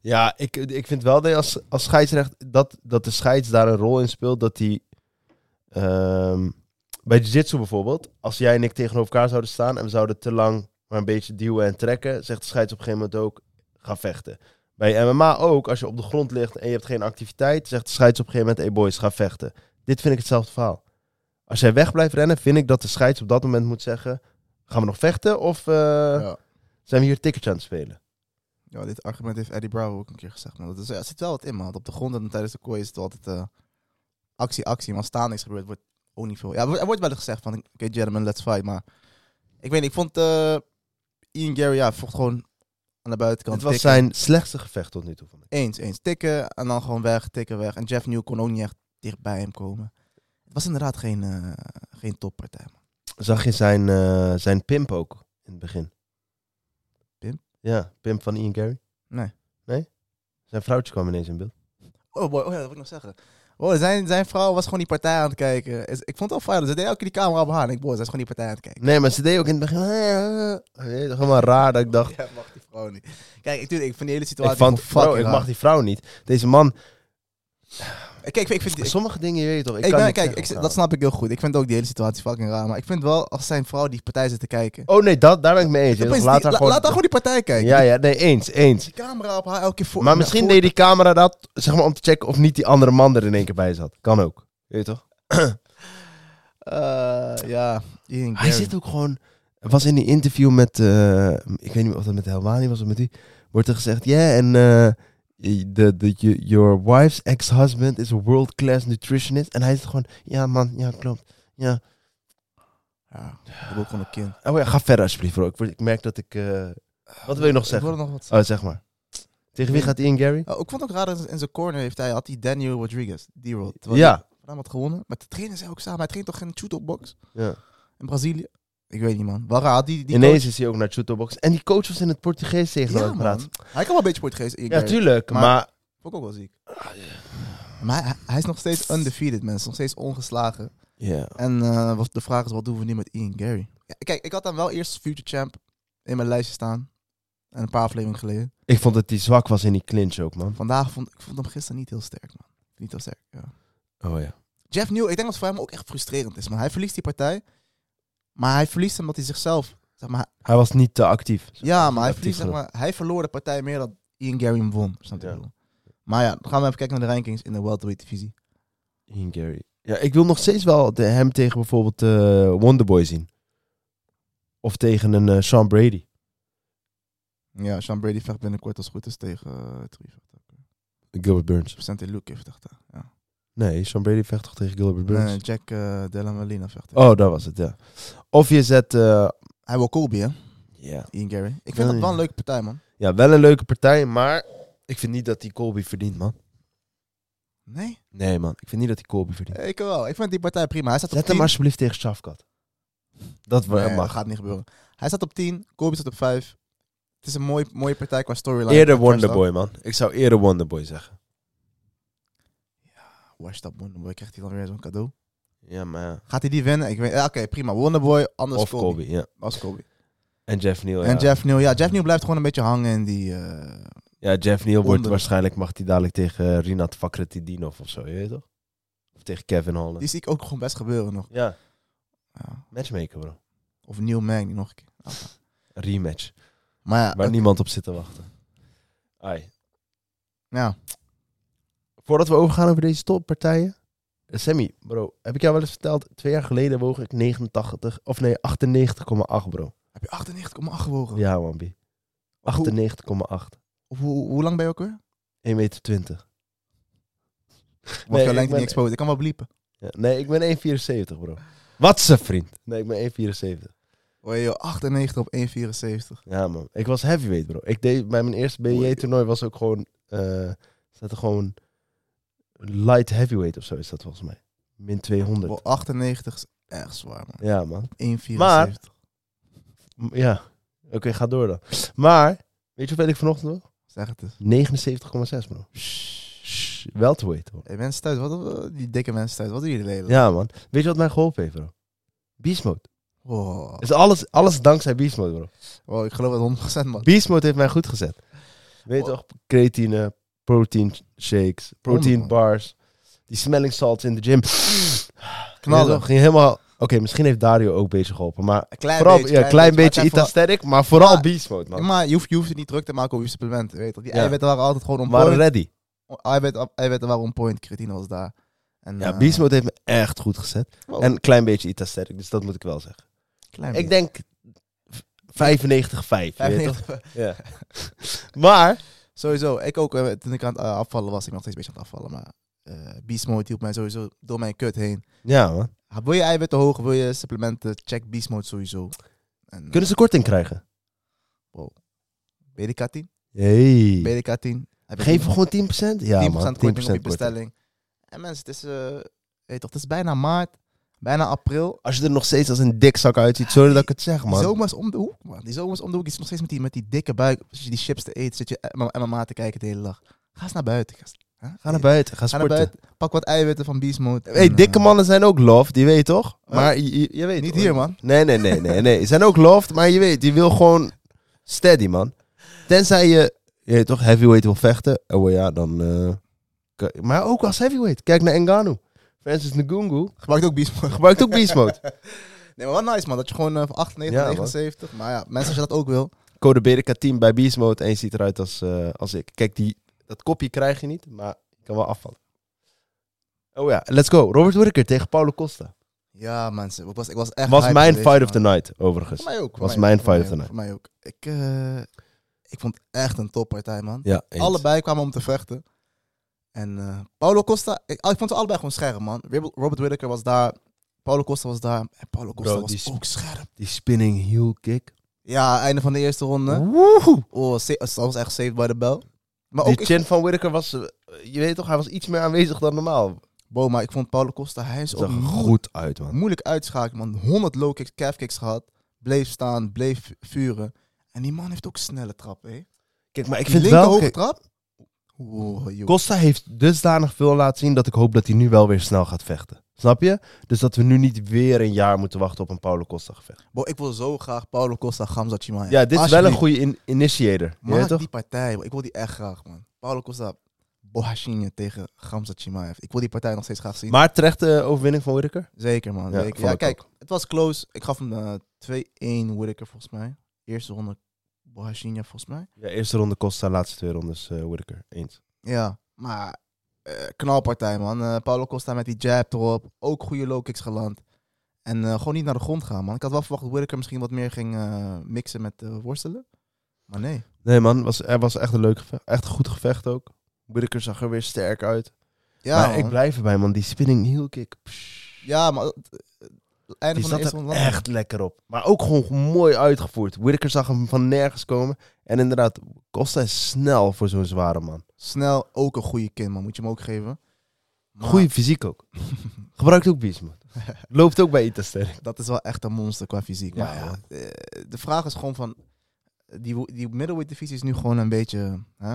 Speaker 4: Ja, ik, ik vind wel dat je als, als scheidsrecht dat, dat de scheids daar een rol in speelt. Dat die ehm, bij jiu-jitsu bijvoorbeeld, als jij en ik tegenover elkaar zouden staan en we zouden te lang maar een beetje duwen en trekken, zegt de scheids op een gegeven moment ook: ga vechten. Bij MMA ook, als je op de grond ligt en je hebt geen activiteit, zegt de scheids op een gegeven moment: hey boys, ga vechten. Dit vind ik hetzelfde verhaal. Als jij weg blijft rennen, vind ik dat de scheids op dat moment moet zeggen: gaan we nog vechten of eh,
Speaker 3: Ja.
Speaker 4: zijn we hier tickets aan het spelen?
Speaker 3: Ja, dit argument heeft Eddie Bravo ook een keer gezegd. Maar dat is, er zit wel wat in, man. Want Op de grond en tijdens de kooi is het altijd eh, actie, actie. Maar als staan niks gebeurt, wordt ook niet veel. Ja, er wordt- er wordt wel eens gezegd van, oké, gentlemen, let's fight. Maar ik weet niet, ik vond eh, Ian Gary, ja, vocht gewoon aan de buitenkant.
Speaker 4: Dit was
Speaker 3: tikken.
Speaker 4: zijn slechtste gevecht tot nu toe. vond ik.
Speaker 3: Eens, eens. Tikken en dan gewoon weg, tikken weg. En Jeff New kon ook niet echt dichtbij hem komen. Het was inderdaad geen, eh, geen toppartij. man.
Speaker 4: Zag je zijn, eh, zijn pimp ook in het begin?
Speaker 3: Pimp?
Speaker 4: Ja, pimp van Ian Gary.
Speaker 3: Nee.
Speaker 4: Nee? Zijn vrouwtje kwam ineens in beeld.
Speaker 3: Oh, boy, oh ja, dat wil ik nog zeggen. Wow, zijn, zijn vrouw was gewoon die partij aan het kijken. Is- Ik vond het wel fijn. Ze deed elke keer die camera op haar. En ik, boy, zij is gewoon die partij aan het kijken.
Speaker 4: Nee, maar ze deed ook in het begin... "Ah, Weet je, Helemaal raar dat ik dacht...
Speaker 3: Ja, mag die vrouw niet. Kijk, ik, tuurlijk, ik vind die hele situatie
Speaker 4: Ik, vond,
Speaker 3: gewoon
Speaker 4: vrouw,
Speaker 3: fucking
Speaker 4: ik
Speaker 3: raar.
Speaker 4: mag die vrouw niet. Deze man...
Speaker 3: Kijk, ik, vind- ik vind... Ik,
Speaker 4: Sommige dingen, je weet toch... Ik,
Speaker 3: ik
Speaker 4: kan
Speaker 3: ben-
Speaker 4: niet
Speaker 3: kijk,
Speaker 4: zeggen,
Speaker 3: ik,
Speaker 4: nou.
Speaker 3: dat snap ik heel goed. Ik vind ook die hele situatie fucking raar. Maar ik vind wel, als zijn vrouw die partij zit te kijken...
Speaker 4: Oh nee, dat, daar ben ik mee eens.
Speaker 3: opeens
Speaker 4: Dus
Speaker 3: die-
Speaker 4: laat haar
Speaker 3: la-
Speaker 4: gewoon...
Speaker 3: laat haar gewoon die partij kijken.
Speaker 4: Ja, ja, nee, eens, eens.
Speaker 3: Die camera op haar elke keer voor...
Speaker 4: Maar misschien
Speaker 3: voor-
Speaker 4: deed die camera dat, zeg maar, om te checken of niet die andere man er in één keer bij zat. Kan ook. Weet je toch?
Speaker 3: Eh, ja, Ian
Speaker 4: Hij
Speaker 3: Gary.
Speaker 4: zit ook gewoon... Er was in die interview met... eh, ik weet niet of dat met Helwani was of met die... Wordt er gezegd... Yeah, en... eh, the, the, you- your wife's ex-husband is a world-class nutritionist. En hij zit gewoon... Ja, man. Ja, klopt. Ja.
Speaker 3: Ja, ik heb ook gewoon een kind.
Speaker 4: Oh ja, ga verder alsjeblieft, bro. Ik, word- ik merk dat ik... eh, Wat wil je nog
Speaker 3: Ik
Speaker 4: zeggen?
Speaker 3: wilde nog wat
Speaker 4: Oh, zeg maar. Tegen wie gaat Ian Gary?
Speaker 3: Oh, ik vond het ook raar dat in zijn corner heeft hij, had hij Daniel Rodriguez, D-Roll. terwijl
Speaker 4: Ja.
Speaker 3: hij Van hem had gewonnen. Maar de trainen zijn ook samen. Hij traint toch geen shoot-up box
Speaker 4: ja.
Speaker 3: in Brazilië? Ik weet niet, man. Waar had die, die
Speaker 4: Ineens is hij ook naar Chutobox. En die coach was in het Portugees tegen
Speaker 3: coach-
Speaker 4: hem
Speaker 3: Ja,
Speaker 4: aan het praten.
Speaker 3: man. Hij kan wel een beetje Portugees. Ian
Speaker 4: Ja,
Speaker 3: Gary.
Speaker 4: tuurlijk. Ah, Maar,
Speaker 3: Maar- Vond ik ook wel ziek. Maar hij, hij is nog steeds undefeated, mensen. Nog steeds ongeslagen.
Speaker 4: ja.
Speaker 3: En eh, wat- de vraag is, wat doen we nu met Ian Gary? Ja, kijk, ik had dan wel eerst Future Champ in mijn lijstje staan. En een paar afleveringen geleden.
Speaker 4: ik vond dat hij zwak was in die clinch ook, man.
Speaker 3: Vandaag vond ik vond hem gisteren niet heel sterk, man. Niet heel sterk, ja.
Speaker 4: Oh ja.
Speaker 3: Jeff New, ik denk dat het voor hem ook echt frustrerend is. Man. Hij verliest die partij. Maar hij verliest hem omdat hij zichzelf... Zeg maar,
Speaker 4: Hij was niet te actief.
Speaker 3: ja, maar hij,
Speaker 4: actief
Speaker 3: verliest, zeg
Speaker 4: genoeg.
Speaker 3: maar hij verloor de partij meer dan Ian Gary hem won. Snap je
Speaker 4: Ja.
Speaker 3: wat ik bedoel? Maar ja, dan gaan we even kijken naar de rankings in de welterweight divisie.
Speaker 4: Ian Gary. Ja, ik wil nog steeds wel de, hem tegen bijvoorbeeld eh, Wonderboy zien. Of tegen een eh, Sean Brady.
Speaker 3: Ja, Sean Brady vecht binnenkort als het goed is tegen uh, Trivert.
Speaker 4: Gilbert Burns.
Speaker 3: St. Luke heeft vecht daar. Ja.
Speaker 4: Nee, Sean Brady vecht toch tegen Gilbert Burns?
Speaker 3: Nee, Jack eh Della Molina vecht. daar.
Speaker 4: Oh, dat was het, ja. Of je zet... eh,
Speaker 3: Hij wil Colby, hè?
Speaker 4: ja.
Speaker 3: Ian Gary. Ik vind
Speaker 4: Ja,
Speaker 3: dat
Speaker 4: ja.
Speaker 3: wel een leuke partij, man.
Speaker 4: ja, wel een leuke partij, maar ik vind niet dat die Colby verdient, man.
Speaker 3: Nee?
Speaker 4: Nee, man. Eh, Ik vind niet dat die Colby verdient.
Speaker 3: Ik wel. Ik vind die partij prima. Hij staat op
Speaker 4: Zet hem
Speaker 3: 10.
Speaker 4: alsjeblieft tegen Shafkat. Dat wa-
Speaker 3: Nee, dat
Speaker 4: mag.
Speaker 3: gaat niet gebeuren. Hij staat op 10, Colby staat op 5. Het is een mooie, mooie partij qua storyline.
Speaker 4: Eerder
Speaker 3: Qua trash
Speaker 4: Wonderboy, man. Ik zou eerder Wonderboy zeggen.
Speaker 3: talk. Washed up Wonderboy, krijgt hij dan weer zo'n cadeau.
Speaker 4: Ja, maar ja.
Speaker 3: Gaat hij die winnen? Ik weet, ja, Oké, prima. Wonderboy, anders
Speaker 4: Of
Speaker 3: Colby.
Speaker 4: Colby, ja.
Speaker 3: Als Colby.
Speaker 4: En Jeff Neal, ja.
Speaker 3: En Jeff Neal. Ja, Jeff Neal blijft gewoon een beetje hangen in die... eh,
Speaker 4: ja, Jeff Neal wordt
Speaker 3: Onder.
Speaker 4: waarschijnlijk... mag hij dadelijk tegen eh, Rinat Fakretidinov of zo, je weet toch? Of tegen Kevin Holland.
Speaker 3: die zie ik ook gewoon best gebeuren nog.
Speaker 4: Ja,
Speaker 3: Ja.
Speaker 4: matchmaker, bro.
Speaker 3: Of Neil Magny nog een keer. Nou,
Speaker 4: Een Rematch.
Speaker 3: Maar ja,
Speaker 4: Waar
Speaker 3: oké.
Speaker 4: niemand op zit te wachten. Ai.
Speaker 3: ja.
Speaker 4: Voordat we overgaan over deze toppartijen... eh, Sammy, bro, heb ik jou wel eens verteld? Twee jaar geleden woog ik 89... Of nee, 98,8, bro.
Speaker 3: Heb je 98,8 gewogen?
Speaker 4: Ja, man, B. 98,8.
Speaker 3: Hoe, hoe, hoe lang ben je ook weer?
Speaker 4: 1,20 meter. 20.
Speaker 3: Mag
Speaker 4: Nee,
Speaker 3: jouw
Speaker 4: ik
Speaker 3: lengte
Speaker 4: ben-
Speaker 3: niet exposen? Ik kan wel bliepen.
Speaker 4: Ja, nee, ik ben 1,74 bro. Wat ze vriend. Nee, ik ben 1,74.
Speaker 3: Oh joh, 98 op 1,74.
Speaker 4: Ja man, ik was heavyweight bro. Ik deed, bij mijn eerste BJ toernooi was ook gewoon, eh zat er gewoon light heavyweight of zo is dat volgens mij. Min 200.
Speaker 3: Wow, 98 is echt zwaar, man.
Speaker 4: Ja man.
Speaker 3: 1,74.
Speaker 4: Maar- M- Ja, oké, ga door dan. Maar, weet je hoeveel ik vanochtend was?
Speaker 3: Zeg het eens.
Speaker 4: 79,6 bro. Shh, Welterweight hoor.
Speaker 3: Hey, mensen thuis, wat, eh, die dikke mensen thuis, wat doen jullie de hele dag?
Speaker 4: Ja man. Weet je wat mij geholpen heeft bro? Beast Mode.
Speaker 3: Wow.
Speaker 4: Is alles, alles dankzij Beast Mode bro.
Speaker 3: Wow, Oh, ik geloof dat 100% man.
Speaker 4: Beast Mode heeft mij goed gezet. Weet
Speaker 3: Wow.
Speaker 4: toch, creatine, protein shakes, protein
Speaker 3: Honderd, man.
Speaker 4: bars. Die smelling salts in de gym.
Speaker 3: Knallen.
Speaker 4: Ja, toch? Ging helemaal... Oké, misschien heeft Dario ook bezig geholpen. Maar
Speaker 3: Een klein
Speaker 4: vooral,
Speaker 3: beetje,
Speaker 4: ja,
Speaker 3: klein
Speaker 4: klein
Speaker 3: beetje,
Speaker 4: beetje,
Speaker 3: maar het
Speaker 4: Itastatic, maar vooral
Speaker 3: Ja.
Speaker 4: Beast Mode, man.
Speaker 3: Maar je hoeft, je hoeft het niet druk te maken over je supplementen, weet je toch? Die
Speaker 4: Ja.
Speaker 3: eiwitten waren altijd gewoon on
Speaker 4: Maar
Speaker 3: point.
Speaker 4: ready.
Speaker 3: Eiwitten, eiwitten waren on point, creatine was daar. En,
Speaker 4: Ja,
Speaker 3: eh,
Speaker 4: Beast Mode heeft me echt goed gezet.
Speaker 3: wow,
Speaker 4: En een klein beetje Itastatic, dus dat moet ik wel zeggen.
Speaker 3: klein
Speaker 4: Ik denk 95-5.
Speaker 3: beetje.
Speaker 4: toch? Ja. maar,
Speaker 3: Sowieso, ik ook, eh, toen ik aan het eh, afvallen was, ik ben nog steeds een beetje aan het afvallen, maar... eh Beast Mode hielp mij sowieso door mijn kut heen.
Speaker 4: ja man.
Speaker 3: Wil je eiwitten hoog, wil je supplementen, check Beast Mode sowieso. En, eh,
Speaker 4: Kunnen ze korting krijgen?
Speaker 3: BDK10?
Speaker 4: Hey.
Speaker 3: BDK10. Heb je
Speaker 4: Geef hem gewoon 10%? Ja,
Speaker 3: 10%
Speaker 4: man. 10%
Speaker 3: korting op je bestelling. En mensen, het is, eh, weet toch, het is bijna maart, bijna april.
Speaker 4: Als je er nog steeds als een dikzak uitziet, sorry dat ik het zeg,
Speaker 3: Die
Speaker 4: man.
Speaker 3: zomer is om de hoek, man. Die zomer is om de hoek. Je zit nog steeds met die, met die dikke buik. Als je die chips te eten, zit je MMA MMA te kijken de hele dag. Ga eens naar buiten. Ga, eens- hè?
Speaker 4: Ga naar buiten, ga
Speaker 3: Ga naar
Speaker 4: sporten.
Speaker 3: buiten. Pak wat eiwitten van Beast Mode.
Speaker 4: hey,
Speaker 3: En, eh,
Speaker 4: dikke mannen zijn ook loved, die weet je toch?
Speaker 3: Ja.
Speaker 4: Maar je, je- je weet
Speaker 3: Oh. Niet
Speaker 4: hoor.
Speaker 3: hier, man.
Speaker 4: Nee, nee, nee, nee, nee. Ze zijn ook loved, maar je weet, die wil gewoon steady, man. Tenzij je, je weet toch, heavyweight wil vechten. Oh ja, dan... eh, k- maar ook als heavyweight. Kijk naar Engano. Francis Ngungu
Speaker 3: Gebruikt ook Beast Mode.
Speaker 4: gebruikt ook beast mode.
Speaker 3: Nee, maar wel nice, man. Dat je gewoon eh, van 98
Speaker 4: Ja,
Speaker 3: naar
Speaker 4: man.
Speaker 3: 79. Maar ja, mensen, als je dat ook wil.
Speaker 4: Code BDK10 bij beast mode en je ziet eruit als, eh, als ik. Kijk, die, dat kopje krijg je niet, maar je kan wel afvallen. Oh ja, let's go. Robert Whittaker tegen Paulo Costa.
Speaker 3: Ja, mensen. Ik was, ik was echt
Speaker 4: Was
Speaker 3: hyped
Speaker 4: mijn
Speaker 3: geweest,
Speaker 4: fight of
Speaker 3: man.
Speaker 4: the night, overigens.
Speaker 3: Voor mij ook. voor
Speaker 4: Was
Speaker 3: mij
Speaker 4: mijn
Speaker 3: ook, voor mij
Speaker 4: fight of the
Speaker 3: ook, Voor mij ook. Ik, eh, ik vond het echt een toppartij, man.
Speaker 4: Ja, eens.
Speaker 3: Allebei kwamen om te vechten. En eh, Paulo Costa, ik, ah, ik vond ze allebei gewoon scherp, man. Robert Robert Whittaker was daar, Paulo Costa was daar. En Paulo Costa
Speaker 4: Bro,
Speaker 3: was
Speaker 4: die sp-
Speaker 3: ook scherp.
Speaker 4: Die spinning heel kick.
Speaker 3: Ja, einde van de eerste ronde.
Speaker 4: Woehoe.
Speaker 3: Oh, sa- dat was echt saved by the bell. Maar ook,
Speaker 4: Die
Speaker 3: ik,
Speaker 4: chin van Whittaker was, eh, je weet toch, hij was iets meer aanwezig dan normaal.
Speaker 3: Bo, maar ik vond Paulo Costa, hij is
Speaker 4: Het zag
Speaker 3: ook
Speaker 4: er
Speaker 3: moe-
Speaker 4: goed uit, man.
Speaker 3: moeilijk uitschakelen, man. 100 low kicks, calf kicks gehad. Bleef staan, bleef vu- vuren. En die man heeft ook snelle trap, hè.
Speaker 4: Kijk, maar ik
Speaker 3: Die
Speaker 4: vind
Speaker 3: linker
Speaker 4: wel...
Speaker 3: hoge
Speaker 4: kijk,
Speaker 3: trap. Wow, joh.
Speaker 4: Costa heeft dusdanig veel laten zien dat ik hoop dat hij nu wel weer snel gaat vechten. Snap je? Dus dat we nu niet weer een jaar moeten wachten op een Paulo Costa gevecht.
Speaker 3: Bro, ik wil zo graag Paulo Costa, Gamza Chimaev.
Speaker 4: Ja, dit is wel een
Speaker 3: Alsjeblieft,
Speaker 4: goede in- initiator. Je weet
Speaker 3: Maak
Speaker 4: toch?
Speaker 3: die partij, bro. ik wil die echt graag, man. Paulo Costa, Bohashinje tegen Gamza Chimaev. Ik wil die partij nog steeds graag zien.
Speaker 4: Maar terecht eh, overwinning van Whittaker.
Speaker 3: zeker, man.
Speaker 4: Ja,
Speaker 3: zeker.
Speaker 4: vond
Speaker 3: ja
Speaker 4: ik
Speaker 3: kijk, het was close. Ik gaf hem eh, 2-1 Whittaker, volgens mij. Eerste ronde Bohashinje, volgens mij.
Speaker 4: Ja, eerste ronde Costa, laatste twee rondes eh Whittaker. Eens.
Speaker 3: Ja, maar eh, knalpartij, man. Eh, Paulo Costa met die jab erop. Ook goede low kicks geland. En eh, gewoon niet naar de grond gaan, man. Ik had wel verwacht dat Whittaker misschien wat meer ging eh, mixen met eh, worstelen. Maar nee.
Speaker 4: Nee man, was, er was echt een leuk gevecht. Echt een goed gevecht ook. Whittaker zag er weer sterk uit.
Speaker 3: Ja,
Speaker 4: maar ik
Speaker 3: man.
Speaker 4: blijf erbij, man. Die spinning heel kick. pssst.
Speaker 3: Ja, maar het het einde
Speaker 4: die
Speaker 3: van de
Speaker 4: zat
Speaker 3: eerste
Speaker 4: er
Speaker 3: ronde.
Speaker 4: echt lekker op. Maar ook gewoon mooi uitgevoerd. Whittaker zag hem van nergens komen. En inderdaad, Costa is snel voor zo'n zware man.
Speaker 3: Snel ook een goede kin, man. Moet je hem ook geven. Maar
Speaker 4: Goeie fysiek ook. Gebruikt ook beast, man. Loopt ook bij Ita sterk.
Speaker 3: Dat is wel echt een monster qua fysiek.
Speaker 4: Ja,
Speaker 3: maar ja, eh, de vraag is gewoon van... Die, wo- die middleweight divisie is nu gewoon een beetje... Hè?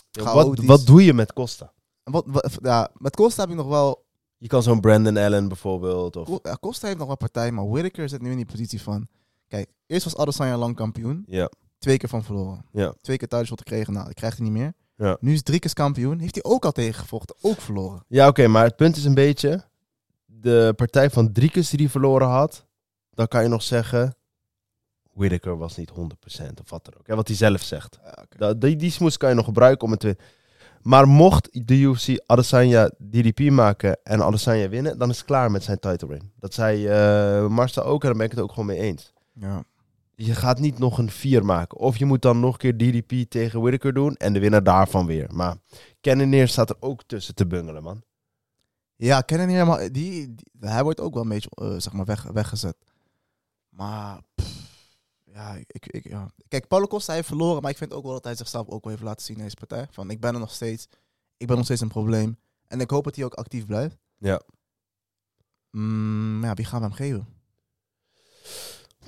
Speaker 4: Wat,
Speaker 3: Chaotisch.
Speaker 4: wat doe je met Costa?
Speaker 3: Wat, wat, ja, met Costa heb ik nog wel
Speaker 4: Je kan zo'n Brandon Allen bijvoorbeeld. Of...
Speaker 3: Co- ja, Costa heeft nog wel partij, maar Whittaker zit nu in die positie van... Kijk, eerst was Adesanya lang kampioen.
Speaker 4: Ja.
Speaker 3: Twee keer van verloren.
Speaker 4: Ja.
Speaker 3: Twee keer thuisshot gekregen. Nou, dat krijgt hij niet meer.
Speaker 4: Ja.
Speaker 3: Nu is drie keer kampioen. Heeft hij ook al tegengevochten. Ook verloren.
Speaker 4: Ja, oké, maar het punt is een beetje... De partij van Driekus die hij verloren had... Dan kan je nog zeggen... Whittaker was niet 100% of wat dan ook. Hè, wat hij zelf zegt. Da- die, die smoes kan je nog gebruiken om het te winnen. Maar mocht de UFC Adesanya DDP maken en Adesanya winnen, dan is het klaar met zijn title reign. Dat zei eh Marcel ook en daar ben ik het ook gewoon mee eens.
Speaker 3: Ja.
Speaker 4: Je gaat niet nog een 4 maken. Of je moet dan nog een keer DDP tegen Whittaker doen en de winnaar daarvan weer. Maar Cannonier staat er ook tussen te bungelen, man.
Speaker 3: Ja, kennen niet helemaal... Die, die- hij wordt ook wel een beetje, eh, zeg maar, weg, weggezet. Maar... pff, ja, ik, ik, ja. Kijk, Paulo Costa heeft verloren, maar ik vind ook wel dat hij zichzelf ook wel heeft laten zien in deze partij. Van, ik ben er nog steeds. Ik ben nog steeds een probleem. En ik hoop dat hij ook actief blijft.
Speaker 4: Ja.
Speaker 3: Mm, maar ja, wie gaan we hem geven?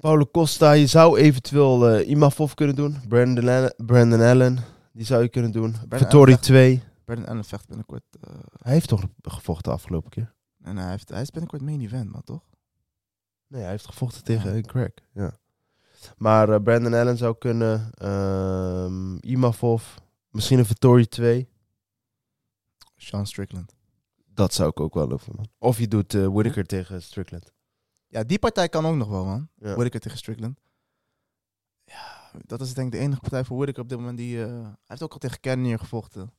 Speaker 4: Paulo Costa, je zou eventueel eh, Imavov kunnen doen. Brandon Allen, Brandon Allen, die zou je kunnen doen.
Speaker 3: Allen
Speaker 4: Vittori
Speaker 3: vecht-
Speaker 4: 2.
Speaker 3: Brandon Allen vecht binnenkort. eh,
Speaker 4: Hij heeft toch gevochten de afgelopen keer?
Speaker 3: en hij, heeft, hij is binnenkort main event, man, toch?
Speaker 4: Nee, hij heeft gevochten tegen eh, Craig. Ja. Maar eh, Brandon Allen zou kunnen. ehm Imavov. Misschien een Vittori 2.
Speaker 3: Sean Strickland.
Speaker 4: Dat zou ik ook wel lopen, man. Of je doet eh Whittaker tegen Strickland.
Speaker 3: Ja, die partij kan ook nog wel, man.
Speaker 4: Ja.
Speaker 3: Whittaker tegen Strickland. Ja, dat is denk ik de enige partij voor Whittaker op dit moment die... eh, hij heeft ook al tegen Cannonier gevochten.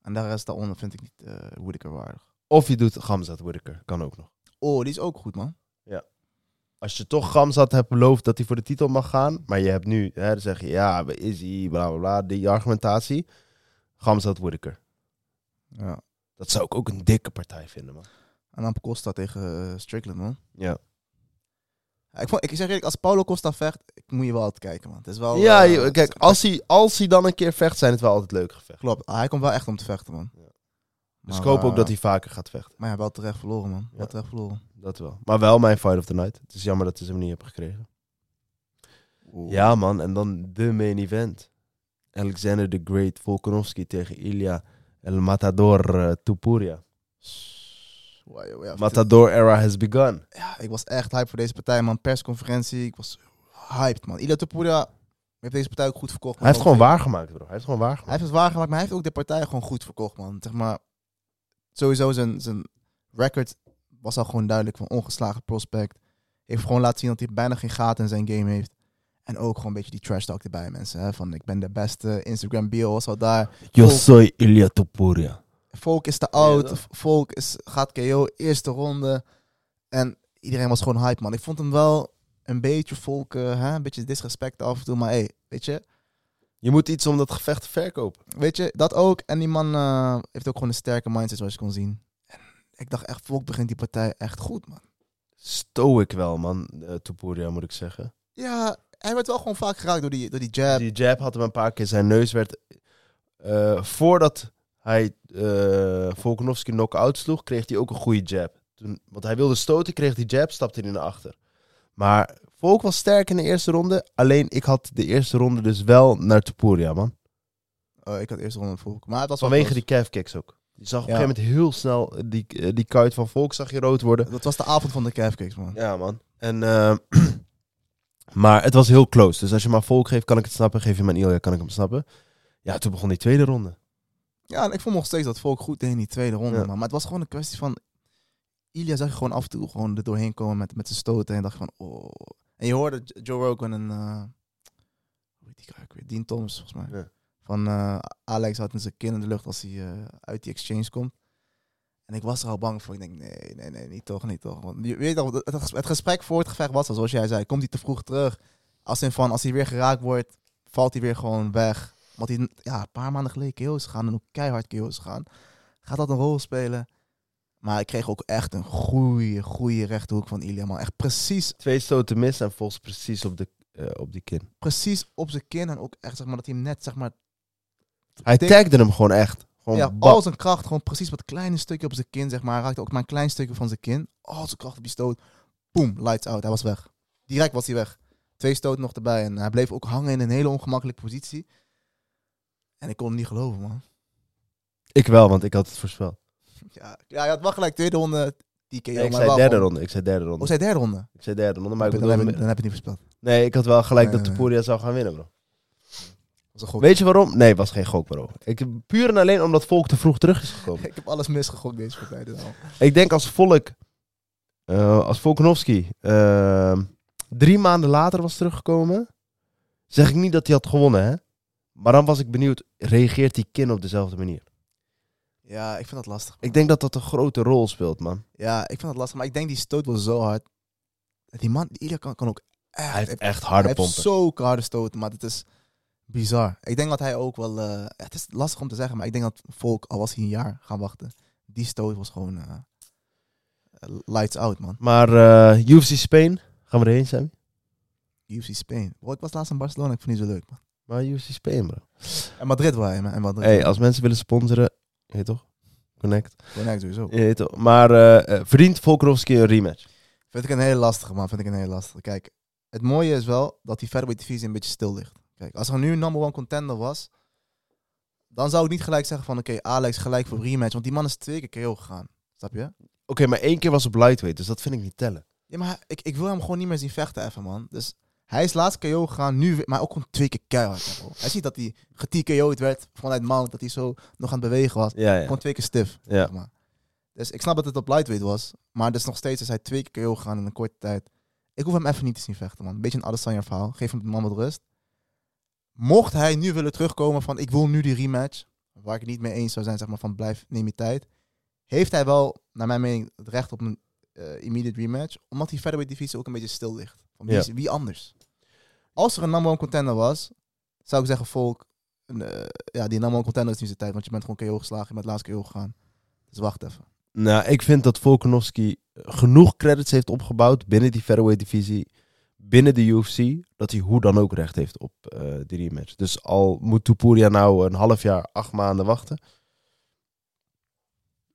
Speaker 3: En daar rest daaronder vind ik niet eh Whittaker waardig.
Speaker 4: Of je doet Gamzat Whittaker. Kan ook nog.
Speaker 3: Oh, die is ook goed, man.
Speaker 4: Als je toch Gamzat hebt beloofd dat hij voor de titel mag gaan. Maar je hebt nu, hè, dan zeg je ja, is hij, bla bla bla. Die argumentatie. Gamzat Whittaker.
Speaker 3: Ja.
Speaker 4: Dat zou ik ook een dikke partij vinden, man.
Speaker 3: Aan Costa tegen eh, Strickland, man.
Speaker 4: Ja.
Speaker 3: Ja, Ik, vond, ik zeg eerlijk, als Paulo Costa vecht, ik moet je wel altijd kijken, man. Het is wel...
Speaker 4: ja,
Speaker 3: eh,
Speaker 4: joh,
Speaker 3: het is-
Speaker 4: kijk, als hij, als hij dan een keer vecht, zijn het wel altijd leuke gevechten.
Speaker 3: Klopt, Ah, hij komt wel echt om te vechten, man.
Speaker 4: Ja. Dus
Speaker 3: Maar,
Speaker 4: ik hoop ook
Speaker 3: eh,
Speaker 4: dat hij vaker gaat vechten.
Speaker 3: Maar ja, wel terecht verloren, man.
Speaker 4: Ja.
Speaker 3: Wel terecht verloren.
Speaker 4: Dat wel. Maar wel mijn fight of the night. Het is jammer dat ik ze hem niet heb gekregen. Ja, man. En dan de main event. Alexander the Great Volkanovski tegen Ilya El Matador eh, Tupuria.
Speaker 3: Wow, joh, ja,
Speaker 4: Matador era has begun.
Speaker 3: ja, ik was echt hype voor deze partij, man. Persconferentie, ik was hyped, man. Ila Topuria heeft deze partij ook goed verkocht.
Speaker 4: Hij heeft gewoon waargemaakt, bro. Hij heeft gewoon waargemaakt.
Speaker 3: Hij heeft het waar gemaakt, maar hij heeft ook de partij gewoon goed verkocht, man. Zeg maar, sowieso zijn, zijn record was al gewoon duidelijk van ongeslagen prospect. Heeft gewoon laten zien dat hij bijna geen gaten in zijn game heeft. En ook gewoon een beetje die trash talk erbij, mensen. Hè? Van, ik ben de beste, Instagram bio was al daar.
Speaker 4: Yo soy Ilya Tupuria.
Speaker 3: Volk is te oud.
Speaker 4: Ja,
Speaker 3: V- Volk is, gaat KO, eerste ronde. En iedereen was gewoon hype, man. Ik vond hem wel een beetje Volk, eh, hè, een beetje disrespect af en toe. Maar hey, weet je,
Speaker 4: Je moet iets om dat gevecht te verkopen.
Speaker 3: weet je, dat ook. En die man eh, heeft ook gewoon een sterke mindset, zoals je kon zien. En ik dacht echt, Volk begint die partij echt goed, man.
Speaker 4: Stoic wel, man. eh, Tupuria, moet ik zeggen.
Speaker 3: Ja, hij werd wel gewoon vaak geraakt door die, door die jab.
Speaker 4: Die jab had hem een paar keer. Zijn neus werd... eh, voordat hij eh Volkanovski knock-out sloeg, kreeg hij ook een goede jab. Toen, want hij wilde stoten, kreeg die jab, stapte hij naar achter. Maar Volk was sterk in de eerste ronde. Alleen ik had de eerste ronde dus wel naar Tupuria, man.
Speaker 3: Oh, ik had eerst ronde Volk. Maar het was wel
Speaker 4: Vanwege
Speaker 3: close.
Speaker 4: die calf kicks ook. Je zag op
Speaker 3: Ja.
Speaker 4: een gegeven moment heel snel die, eh, die kuit van Volk zag je rood worden.
Speaker 3: Dat was de avond van de calfkicks, man.
Speaker 4: Ja, man. En, eh, maar het was heel close. Dus als je maar volk geeft, kan ik het snappen. Geef je maar Ilya, kan ik hem snappen. Ja, toen begon die tweede ronde.
Speaker 3: Ja, en ik vond nog steeds dat Volk goed deed in die tweede ronde.
Speaker 4: Ja.
Speaker 3: Man. Maar het was gewoon een kwestie van... Ilya zag je gewoon af en toe gewoon er doorheen komen met, met zijn stoten. En dacht van, oh... En je hoorde J- Joe Rogan en... eh, Hoe heet die guy ook weer? Dean Thomas, volgens mij.
Speaker 4: Ja.
Speaker 3: Van eh, Alex houdt in zijn kin in de lucht als hij eh, uit die exchange komt. En ik was er al bang voor. Ik denk, nee, nee, nee, niet toch, niet toch. Want je weet al, het- het ges- het gesprek voor het gevecht was al, zoals jij zei. Komt hij te vroeg terug? Als in van, als hij weer geraakt wordt, valt hij weer gewoon weg. Want hij, ja, een paar maanden geleden KO's gaan en ook keihard KO's gaan. Gaat dat een rol spelen? Maar ik kreeg ook echt een goede, goede rechterhoek van Ilya. Man. Echt precies,
Speaker 4: Twee stoten mis en volgens precies op, de, eh, op die kin.
Speaker 3: precies op zijn kin. En ook echt, zeg maar, dat hij hem net, zeg maar,
Speaker 4: Hij
Speaker 3: Tik.
Speaker 4: tagde hem gewoon echt. Gewoon
Speaker 3: ja,
Speaker 4: bap.
Speaker 3: al zijn kracht, gewoon precies wat kleine stukje op zijn kin, zeg maar. Hij raakte ook maar een klein stukje van zijn kin. Al zijn kracht op die stoot. Boom, lights out. Hij was weg. Direct was hij weg. Twee stoten nog erbij. En hij bleef ook hangen in een hele ongemakkelijke positie. En ik kon hem niet geloven, man.
Speaker 4: Ik wel, want ik had het voorspeld.
Speaker 3: Ja, ja je had wel gelijk. Tweede ronde, die KO.
Speaker 4: Nee, ik
Speaker 3: maar
Speaker 4: zei
Speaker 3: wel
Speaker 4: derde
Speaker 3: gewoon-
Speaker 4: ronde. Ik zei derde ronde.
Speaker 3: Oh, zei derde ronde?
Speaker 4: Ik zei derde ronde, maar ik
Speaker 3: dan, heb
Speaker 4: bedoel...
Speaker 3: ik, dan heb ik niet voorspeld.
Speaker 4: Nee, ik had wel gelijk
Speaker 3: Nee,
Speaker 4: dat
Speaker 3: nee.
Speaker 4: Tupuria zou gaan winnen, bro.
Speaker 3: Dat is een gok.
Speaker 4: Weet je waarom? Nee, was geen gok, bro. Ik, puur en alleen omdat volk te vroeg terug is gekomen.
Speaker 3: Ik heb alles misgegokt deze partij. dus al.
Speaker 4: Ik denk als Volk, eh, als Volkanovski eh, drie maanden later was teruggekomen, zeg ik niet dat hij had gewonnen, hè? Maar dan was ik benieuwd, reageert die kin op dezelfde manier?
Speaker 3: Ja, ik vind dat lastig.
Speaker 4: Ik denk dat dat een grote rol speelt, man.
Speaker 3: Ja, ik vind dat lastig. Maar ik denk die stoot was zo hard. Die man, die Ilya kan, kan ook echt...
Speaker 4: Hij heeft
Speaker 3: hij
Speaker 4: echt harde
Speaker 3: heeft
Speaker 4: pompen.
Speaker 3: zulke harde stoten, maar het is bizar. Ik denk dat hij ook wel... eh, het is lastig om te zeggen, maar ik denk dat Volk, al was hij een jaar gaan wachten, die stoot was gewoon eh, lights out, man.
Speaker 4: Maar eh UFC Spain, gaan we erheen, Sammy?
Speaker 3: UFC Spain. Bro, ik was laatst in Barcelona, ik vond die zo leuk, man.
Speaker 4: Maar UFC Spain, bro.
Speaker 3: En Madrid waar hij, man. En Madrid.
Speaker 4: hey, als mensen willen sponsoren, je weet toch? Connect.
Speaker 3: Gewoon echt sowieso.
Speaker 4: Je weet toch? Maar eh, eh, verdient Volkanovski een rematch?
Speaker 3: Vind ik een hele lastige, man. Vind ik een hele lastige. Kijk, het mooie is wel dat die featherweight divisie een beetje stil ligt. Kijk, als er nu een number one contender was, dan zou ik niet gelijk zeggen van, oké, Alex gelijk voor rematch. Want die man is twee keer KO gegaan. Snap je?
Speaker 4: Oké, maar één keer was op lightweight, dus dat vind ik niet tellen.
Speaker 3: Ja, maar ik, ik wil hem gewoon niet meer zien vechten even, man. Dus hij is laatst KO gegaan, nu, weer- maar ook gewoon twee keer keihard. hè, bro. Hij ziet dat hij geTKO'd werd vanuit Mount, dat hij zo nog aan het bewegen was.
Speaker 4: Ja, ja.
Speaker 3: Gewoon twee keer stif.
Speaker 4: Ja.
Speaker 3: zeg maar. Dus ik snap dat het op lightweight was. Maar dus nog steeds is hij twee keer KO gegaan in een korte tijd. Ik hoef hem even niet te zien vechten, man. Een beetje een Adesanya verhaal. Geef hem de man wat rust. Mocht hij nu willen terugkomen van ik wil nu die rematch. Waar ik het niet mee eens zou zijn, zeg maar van blijf, neem je tijd. Heeft hij wel, naar mijn mening, het recht op een eh, immediate rematch. Omdat die featherweight divisie ook een beetje stil ligt. Van wie,
Speaker 4: Ja.
Speaker 3: is- wie anders? Als er een number one contender was, zou ik zeggen Volk. een, eh, ja, die number one contender is niet zijn tijd. Want je bent gewoon KO geslagen, je bent laatst KO gegaan. Dus wacht even.
Speaker 4: Nou, ik vind dat Volkanovski genoeg credits heeft opgebouwd binnen die featherweight divisie, binnen de UFC, dat hij hoe dan ook recht heeft op eh, die rematch. Dus al moet Topuria nou een half jaar, acht maanden wachten,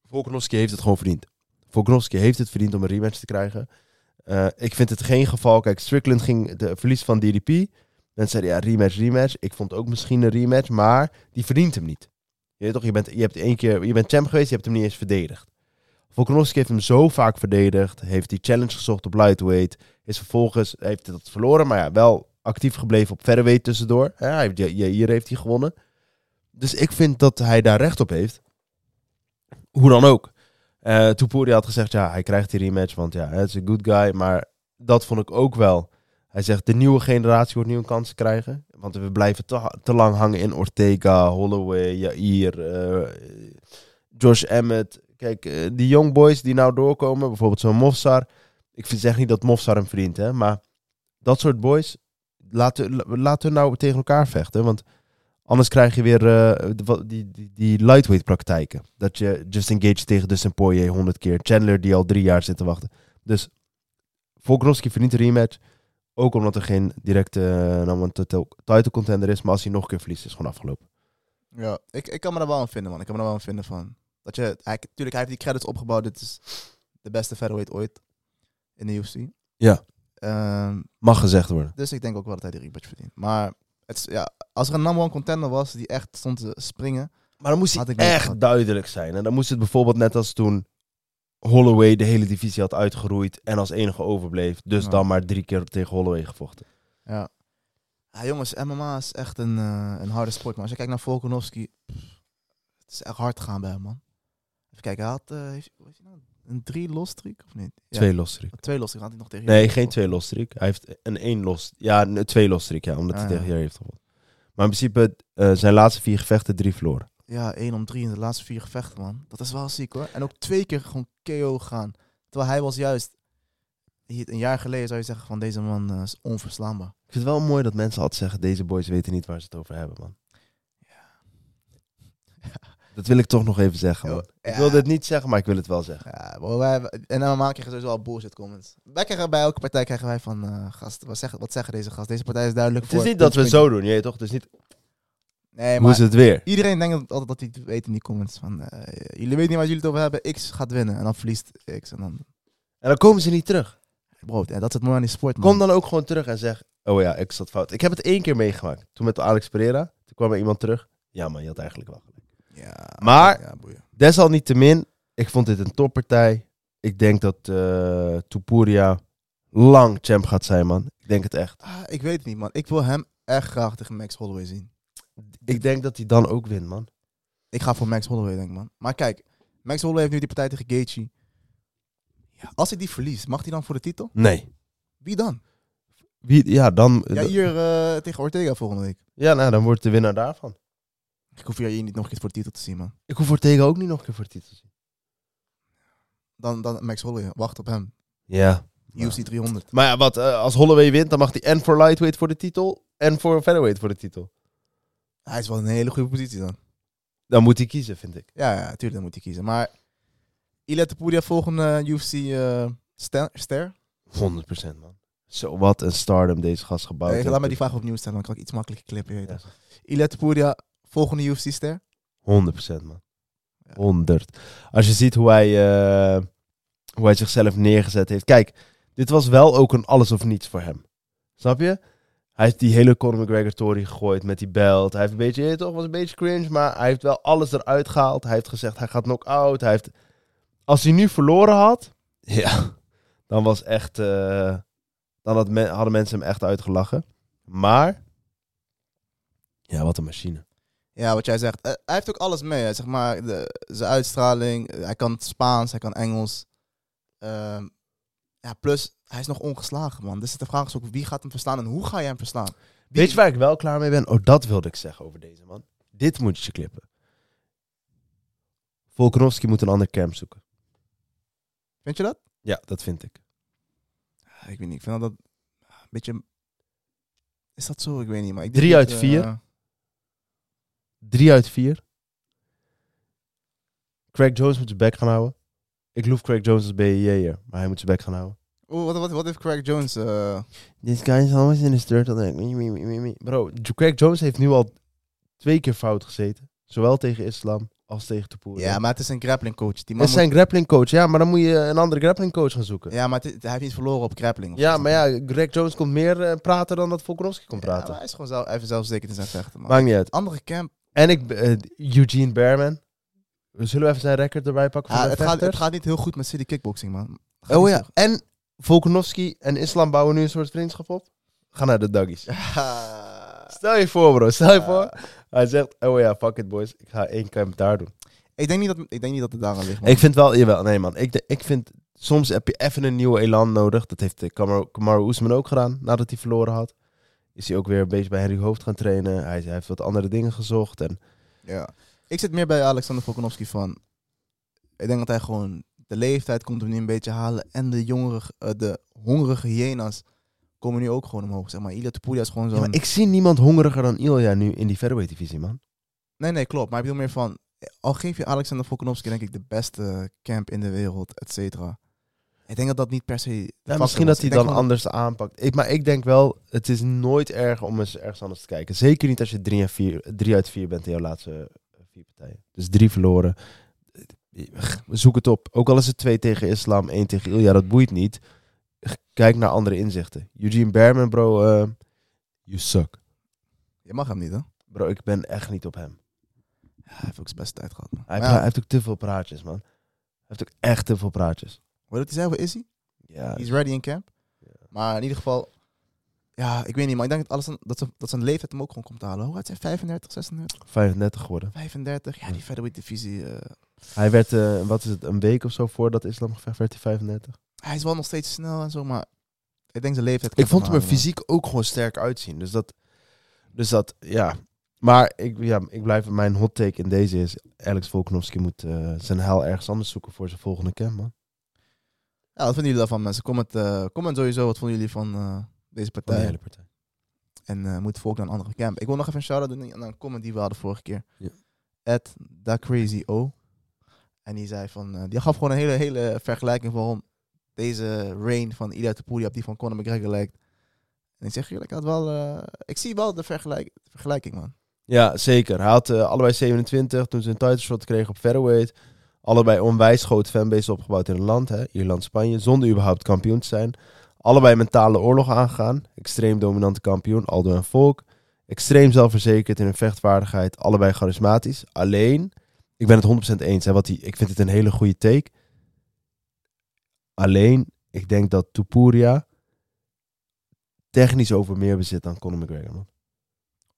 Speaker 4: Volkanovski heeft het gewoon verdiend. Volkanovski heeft het verdiend om een rematch te krijgen. Eh, ik vind het geen geval. Kijk, Strickland ging de verlies van DDP. Mensen zeiden ja, rematch, rematch. Ik vond ook misschien een rematch, maar die verdient hem niet. Je, weet toch, je, bent, je, hebt één keer, je bent champ geweest, je hebt hem niet eens verdedigd. Volkanovski heeft hem zo vaak verdedigd. Heeft die challenge gezocht op lightweight. Is vervolgens, heeft hij dat verloren, maar ja, wel actief gebleven op featherweight tussendoor. Ja, hij heeft, ja, ja, hier heeft hij gewonnen. Dus ik vind dat hij daar recht op heeft. Hoe dan ook. Eh Topuria had gezegd, ja, hij krijgt die rematch, want ja, het is een good guy. Maar dat vond ik ook wel. Hij zegt, de nieuwe generatie wordt nu een kans te krijgen. Want we blijven te, ha- te lang hangen in Ortega, Holloway, Jair, eh, Josh Emmett. Kijk, eh, die young boys die nou doorkomen, bijvoorbeeld zo'n Mofsar. Ik vind- zeg niet dat Mofsar hem verdient, hè. Maar dat soort boys, laten la- laten hun nou tegen elkaar vechten. Want anders krijg je weer eh, de- wat- die, die, die lightweight praktijken. Dat je Justin Gage tegen Dustin Poirier honderd keer. Chandler die al drie jaar zit te wachten. Dus Volkanovski verdient een rematch. Ook omdat er geen directe eh, number title title contender is. Maar als hij nog een keer verliest, is het gewoon afgelopen.
Speaker 3: Ja, ik, ik kan me daar wel aan vinden, man. Ik kan me daar wel aan vinden van. Dat je, hij, tuurlijk, hij heeft die credits opgebouwd. Dit is de beste featherweight ooit in de UFC.
Speaker 4: Ja.
Speaker 3: Ehm,
Speaker 4: Mag gezegd worden.
Speaker 3: dus ik denk ook wel dat hij die rematch verdient. Maar het, is- ja, als er een number one contender was die echt stond te springen.
Speaker 4: Maar dan moest hij
Speaker 3: Had ik niet
Speaker 4: echt
Speaker 3: gehad.
Speaker 4: duidelijk zijn. En dan moest het bijvoorbeeld net als toen Holloway de hele divisie had uitgeroeid. En als enige overbleef. Dus
Speaker 3: Ja.
Speaker 4: dan maar drie keer tegen Holloway gevochten.
Speaker 3: Ja. ja jongens, MMA is echt een, eh, een harde sport, man. Als je kijkt naar Volkanovski, pff, het is echt hard gaan bij hem, man. Even kijken, hij had eh, heeft, hoe heet hij nou? een drie los streak of niet? Ja,
Speaker 4: Twee losse
Speaker 3: twee los streak had hij nog tegen
Speaker 4: Nee,
Speaker 3: Joshua.
Speaker 4: geen twee loss streak. Hij heeft een één los. Ja, een twee loss streak, ja, omdat hij
Speaker 3: Ah,
Speaker 4: tegen
Speaker 3: ja.
Speaker 4: Jair heeft gewonnen. Maar in principe eh, zijn laatste vier gevechten drie verloren.
Speaker 3: Ja, 1 om 3 in de laatste vier gevechten, man. Dat is wel ziek hoor. En ook twee keer gewoon KO gaan. Terwijl hij was juist. hier- Een jaar geleden zou je zeggen van deze man eh, is onverslaanbaar.
Speaker 4: Ik vind het wel mooi dat mensen altijd zeggen: deze boys weten niet waar ze het over hebben, man. Dat wil ik toch nog even zeggen, man.
Speaker 3: Ja.
Speaker 4: Ik wil dit niet zeggen, maar ik wil het wel zeggen.
Speaker 3: Ja, maar wij, en dan krijgen we sowieso al bullshit comments. Wij krijgen bij elke partij krijgen wij van eh, gast, wat zeggen, wat zeggen deze gast? Deze partij is duidelijk
Speaker 4: Het
Speaker 3: voor.
Speaker 4: is niet dat we
Speaker 3: puntje,
Speaker 4: zo doen, je weet toch? Het is niet.
Speaker 3: puntje. Nee,
Speaker 4: Hoe
Speaker 3: maar
Speaker 4: is het weer?
Speaker 3: iedereen denkt altijd dat hij het weet in die comments van eh, jullie weten niet waar jullie het over hebben. X gaat winnen en dan verliest X en dan
Speaker 4: En dan komen ze niet terug.
Speaker 3: bro, dat is het mooie aan die sport man.
Speaker 4: Kom dan ook gewoon terug en zeg: Oh ja, ik zat fout. Ik heb het één keer meegemaakt. Toen met Alex Pereira. Toen kwam er iemand terug. Ja, man, je had eigenlijk wel.
Speaker 3: Ja,
Speaker 4: Maar-
Speaker 3: ja, boeien.
Speaker 4: Desalniettemin, ik vond dit een toppartij. Ik denk dat eh Tupuria lang champ gaat zijn, man. Ik denk het echt.
Speaker 3: Ah, ik weet het niet, man. Ik wil hem echt graag tegen Max Holloway zien.
Speaker 4: Ik denk dat hij dan ook wint, man.
Speaker 3: Ik ga voor Max Holloway, denk ik, man. Maar kijk, Max Holloway heeft nu die partij tegen Gaethje. Ja, als hij die verliest, mag hij dan voor de titel?
Speaker 4: Nee.
Speaker 3: Wie dan?
Speaker 4: Wie, ja, dan,
Speaker 3: Ja, hier eh, tegen Ortega volgende week.
Speaker 4: ja nou, dan wordt de winnaar daarvan.
Speaker 3: Ik hoef hier niet nog eens voor de titel te zien, man.
Speaker 4: Ik hoef Ortega ook niet nog een keer voor de titel te zien.
Speaker 3: Dan, dan Max Holloway, wacht op hem.
Speaker 4: Ja. Ja.
Speaker 3: UFC 300.
Speaker 4: Maar ja, wat, eh, als Holloway wint, dan mag hij en voor lightweight voor de titel... en voor featherweight voor de titel.
Speaker 3: Hij is wel in een hele goede positie dan.
Speaker 4: Dan moet hij kiezen, vind ik.
Speaker 3: Ja, ja, tuurlijk, dan moet hij kiezen. Maar Ilette Poedia volgende UFC eh, ster? ster?
Speaker 4: Oh, 100% man. Zo, wat een stardom deze gast gebouwd
Speaker 3: Nee,
Speaker 4: heeft.
Speaker 3: Eh, laat me die vraag opnieuw stellen, dan kan ik iets makkelijker clippen. je weet
Speaker 4: Ja.
Speaker 3: toch. Ilette Poedia, volgende UFC ster?
Speaker 4: 100% man. 100. Als je ziet hoe hij, eh, hoe hij zichzelf neergezet heeft. Kijk, dit was wel ook een alles of niets voor hem. Snap je? Hij heeft die hele Conor McGregor tory gegooid met die belt. Hij heeft een beetje, je weet toch, was een beetje cringe, maar hij heeft wel alles eruit gehaald. Hij heeft gezegd, hij gaat knock-out. Hij heeft... Als hij nu verloren had, ja, dan was echt, eh, dan had men- hadden mensen hem echt uitgelachen. Maar, ja, wat een machine.
Speaker 3: Ja, wat jij zegt. Eh, hij heeft ook alles mee. Hè. Zeg maar, de, zijn uitstraling. eh, hij kan Spaans, hij kan Engels. Ehm, ja, plus, hij is nog ongeslagen, man. Dus de vraag is ook, wie gaat hem verslaan en hoe ga je hem verslaan? Wie-
Speaker 4: Weet je waar ik wel klaar mee ben? Oh, dat wilde ik zeggen over deze man. Dit moet je klippen. Volkanovski moet een ander camp zoeken.
Speaker 3: Vind je dat?
Speaker 4: Ja, dat vind ik.
Speaker 3: Ja, Ik weet niet, ik vind dat dat een beetje... Is dat zo? Ik weet niet, maar... Ik
Speaker 4: Drie
Speaker 3: denk
Speaker 4: uit
Speaker 3: dat,
Speaker 4: vier.
Speaker 3: eh,
Speaker 4: Drie uit vier. Craig Jones moet zijn bek gaan houden. Ik loef Craig Jones als BJJ'er, maar hij moet zijn bek gaan houden.
Speaker 3: Oeh, wat, wat, wat heeft Craig Jones... eh,
Speaker 4: This guy is always in his turtle neck. Me, me, me, me, me. Bro, J- Craig Jones heeft nu al twee keer fout gezeten. Zowel tegen islam als tegen Topoer.
Speaker 3: Ja, maar het is een grappling coach. Die man
Speaker 4: Het is
Speaker 3: moet-
Speaker 4: zijn grappling coach, ja, maar dan moet je een andere grappling coach gaan zoeken. Ja,
Speaker 3: Ja, maar het is- hij heeft niet verloren op grappling. of zo.
Speaker 4: maar ja, Greg Jones komt meer eh, praten dan dat Volkanovski kon
Speaker 3: Ja, maar
Speaker 4: praten.
Speaker 3: hij is gewoon zelf, even zelfzeker in zijn vechten, man.
Speaker 4: Maakt niet uit.
Speaker 3: Andere camp...
Speaker 4: En ik, eh, Eugene Bearman. Zullen we even zijn record erbij pakken? Voor de
Speaker 3: Ah, het, gaat, het
Speaker 4: vechters?
Speaker 3: gaat niet heel goed met city kickboxing, man. Gaat
Speaker 4: Oh
Speaker 3: niet
Speaker 4: ja, en Volkanovski en Islam bouwen nu een soort vriendschap op. Ga naar de duggies.
Speaker 3: zo-
Speaker 4: Stel je voor, bro. Stel je
Speaker 3: Ah.
Speaker 4: voor. Hij zegt, oh ja, fuck it, boys. Ik ga één camp daar doen.
Speaker 3: Ik denk niet dat, ik denk niet dat het daaraan ligt, man.
Speaker 4: Ik vind wel, jawel, nee man. Ik, de- ik vind, soms heb je even een nieuwe elan nodig. Dat heeft eh, Kamaru, Kamaru Usman ook gedaan, nadat hij verloren had. Is hij ook weer een beetje bij Henry Hoofd gaan trainen. Hij, hij heeft wat andere dingen gezocht. En,
Speaker 3: Ja. Ik zit meer bij Alexander Volkanovski van... Ik denk dat hij gewoon... De leeftijd komt hem nu een beetje halen. En de, jongere, eh, de hongerige hyena's komen nu ook gewoon omhoog. Zeg maar, Ilya Topuria is gewoon
Speaker 4: Ja,
Speaker 3: zo'n...
Speaker 4: maar ik zie niemand hongeriger dan Ilja nu in die featherweight divisie, man.
Speaker 3: Nee, nee, klopt. Maar ik bedoel meer van... Al geef je Alexander Volkanovski denk ik de beste camp in de wereld, et cetera. Ik denk dat dat niet per se... de
Speaker 4: Ja,
Speaker 3: factor
Speaker 4: misschien dat
Speaker 3: was.
Speaker 4: hij
Speaker 3: Ik denk
Speaker 4: dan
Speaker 3: gewoon
Speaker 4: anders aanpakt. Ik, maar ik denk wel, het is nooit erg om eens ergens anders te kijken. Zeker niet als je drie, en vier, drie uit vier bent in jouw laatste eh, vier partijen. Dus drie verloren. Zoek het op. Ook al is het twee tegen Islam, één tegen Ilja, dat boeit niet. Kijk naar andere inzichten. Eugene Berman, bro, eh, you suck.
Speaker 3: Je mag hem niet, hè?
Speaker 4: Bro, ik ben echt niet op hem.
Speaker 3: Hij heeft ook zijn beste tijd gehad, man.
Speaker 4: Hij,
Speaker 3: Maar
Speaker 4: heeft, hij
Speaker 3: ja,
Speaker 4: heeft ook te veel praatjes, man. Hij heeft ook echt te veel praatjes.
Speaker 3: Wat dat hij zei, is hij?
Speaker 4: Ja,
Speaker 3: He's ready in camp. Maar in ieder geval... Ja, ik weet niet, maar ik denk dat, alles, dat, zijn, dat zijn leeftijd hem ook gewoon komt halen. Hoe oud zijn 35, 36?
Speaker 4: 35 geworden.
Speaker 3: 35. Ja, die featherweight divisie. eh,
Speaker 4: Hij werd, eh, wat is het, een week of zo voordat Islam gevecht werd, hij 35.
Speaker 3: hij is wel nog steeds snel en zo, maar ik denk zijn leeftijd.
Speaker 4: Ik vond hem er
Speaker 3: een
Speaker 4: fysiek ook gewoon sterk uitzien. Dus dat, dus dat ja. Maar ik, ja, ik blijf, mijn hot take in deze is... Alex Volkanovski moet eh, zijn heil ergens anders zoeken voor zijn volgende camp, man.
Speaker 3: Ja, wat vinden jullie daarvan, mensen? Comment, eh, comment sowieso wat vonden jullie van eh, deze
Speaker 4: Van de
Speaker 3: partij.
Speaker 4: hele partij.
Speaker 3: En eh, moet volk naar een andere camp. Ik wil nog even een shout-out doen aan een comment die we hadden vorige keer.
Speaker 4: Ja.
Speaker 3: At O. En die zei van, eh, die gaf gewoon een hele, hele vergelijking waarom deze reign van Ida Topuria op die van Conor McGregor lijkt. En ik zeg eerlijk, ik had wel, eh, ik zie wel de vergelijk, vergelijking, man.
Speaker 4: Ja, zeker. Hij had eh, allebei 27 toen ze een title shot kregen op featherweight. Allebei onwijs groot fanbase opgebouwd in het land, hè, Ierland, Spanje, zonder überhaupt kampioen te zijn. Allebei mentale oorlog aangegaan. Extreem dominante kampioen, Aldo en Volk. Extreem zelfverzekerd in hun vechtvaardigheid, allebei charismatisch. Alleen, ik ben het 100% eens, hè, wat die, ik vind het een hele goede take. Alleen, ik denk dat Tupuria technisch over meer bezit dan Conor McGregor. Man.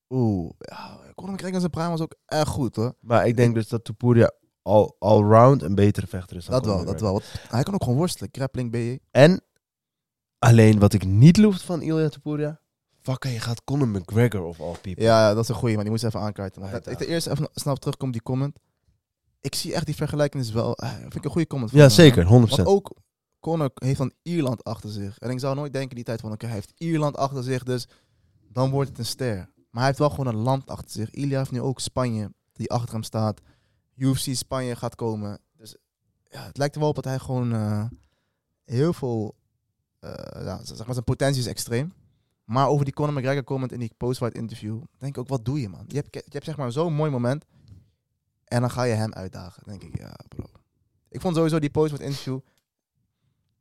Speaker 3: Oeh, ja, Conor McGregor zijn prime was ook erg goed, hoor.
Speaker 4: Maar ik denk dus dat Topuria al, all round een betere vechter is dan
Speaker 3: Dat wel,
Speaker 4: Conor
Speaker 3: dat wel. Want hij kan ook gewoon worstelen. Grappling BJ.
Speaker 4: McGregor. En alleen wat ik niet loef van Ilya Topuria. Fucker, je gaat Conor McGregor of all people.
Speaker 3: Ja, ja, dat is een goeie, maar die moest even aankaarten. Want
Speaker 4: Uit,
Speaker 3: ik
Speaker 4: uit.
Speaker 3: de eerst even snel op terugkom op die comment. Ik zie echt die vergelijking is wel... eh, vind ik een goede comment.
Speaker 4: Ja,
Speaker 3: van hem.
Speaker 4: zeker, 100%.
Speaker 3: Want ook Conor heeft dan Ierland achter zich. En ik zou nooit denken die tijd van... Oké, hij heeft Ierland achter zich, dus dan wordt het een ster. Maar hij heeft wel gewoon een land achter zich. Ilya heeft nu ook Spanje, die achter hem staat. UFC Spanje gaat komen. Dus ja, het lijkt er wel op dat hij gewoon eh, heel veel... eh, ja, zeg maar, zijn potentie is extreem. Maar over die Conor McGregor comment in die post-fight interview... denk ik ook, wat doe je, man? Je hebt, je hebt zeg maar zo'n mooi moment... en dan ga je hem uitdagen. Dan denk ik, ja, bro. Ik vond sowieso die post-fight interview...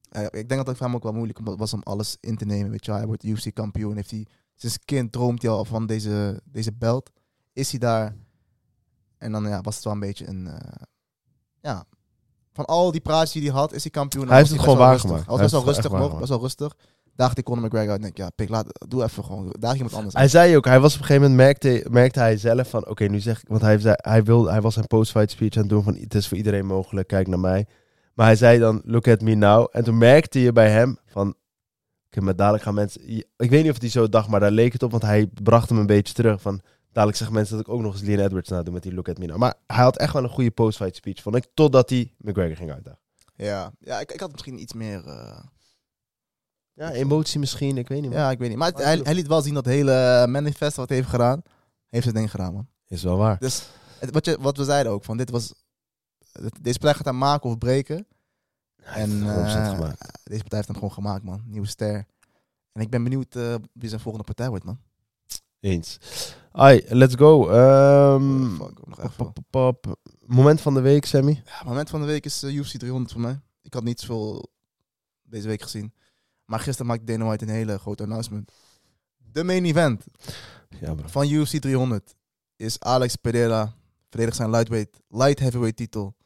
Speaker 3: eh, ik denk dat het voor hem ook wel moeilijk was om alles in te nemen. Weet je, wel. hij wordt UFC-kampioen. Heeft hij, sinds kind droomt hij al van deze, deze belt. Is hij daar? En dan ja, was het wel een beetje een... eh, ja, van al die praatjes die hij had, is hij kampioen.
Speaker 4: Hij heeft
Speaker 3: Was
Speaker 4: het gewoon
Speaker 3: best wel
Speaker 4: waargemaakt.
Speaker 3: rustig. Hij
Speaker 4: Hij
Speaker 3: was best
Speaker 4: heeft het
Speaker 3: wel rustig
Speaker 4: echt
Speaker 3: nog, best wel rustig daagde ik Conor McGregor uit. En denk ik, ja, pik, laat, doe even gewoon. Daag iemand anders.
Speaker 4: Hij zei ook, hij was op een gegeven moment, merkte, merkte hij zelf van... Oké, nu zeg ik... Want hij, zei, hij, wilde, hij was zijn post-fight speech aan het doen van... Het is voor iedereen mogelijk, kijk naar mij. Maar hij zei dan, look at me now. En toen merkte je bij hem van... Oké, maar dadelijk gaan mensen... Ik weet niet of hij zo dacht, maar daar leek het op. Want hij bracht hem een beetje terug van... Dadelijk zeggen mensen dat ik ook nog eens Leon Edwards nadoe met die look at me now. Maar hij had echt wel een goede post-fight speech, vond ik. Totdat hij McGregor ging uitdagen.
Speaker 3: Ja, ja ik, ik had misschien iets meer... eh,
Speaker 4: Ja, emotie misschien, ik weet niet.
Speaker 3: ja, ik weet niet. Maar het- hij, hij liet wel zien dat hele manifest wat hij heeft gedaan, heeft zijn ding gedaan, man.
Speaker 4: Is wel waar.
Speaker 3: Dus het- wat, je, wat we zeiden ook, van dit was... dit- Deze plek gaat hem maken of breken.
Speaker 4: Hij heeft
Speaker 3: En,
Speaker 4: het gewoon opzet
Speaker 3: eh,
Speaker 4: gemaakt.
Speaker 3: Deze partij heeft hem gewoon gemaakt, man. Nieuwe ster. En ik ben benieuwd eh, wie zijn volgende partij wordt, man.
Speaker 4: Eens. Ai, let's go. Ehm,
Speaker 3: Fuck, ook nog
Speaker 4: pap,
Speaker 3: echt veel.
Speaker 4: pap, pap, pap. Moment van de week, Sammy.
Speaker 3: Ja, moment van de week is eh, UFC 300 voor mij. Ik had niet zoveel deze week gezien. Maar gisteren maakte Dana White een hele grote announcement. De main event
Speaker 4: Ja, bro.
Speaker 3: van UFC 300 is Alex Pereira verdedigt zijn lightweight, light heavyweight titel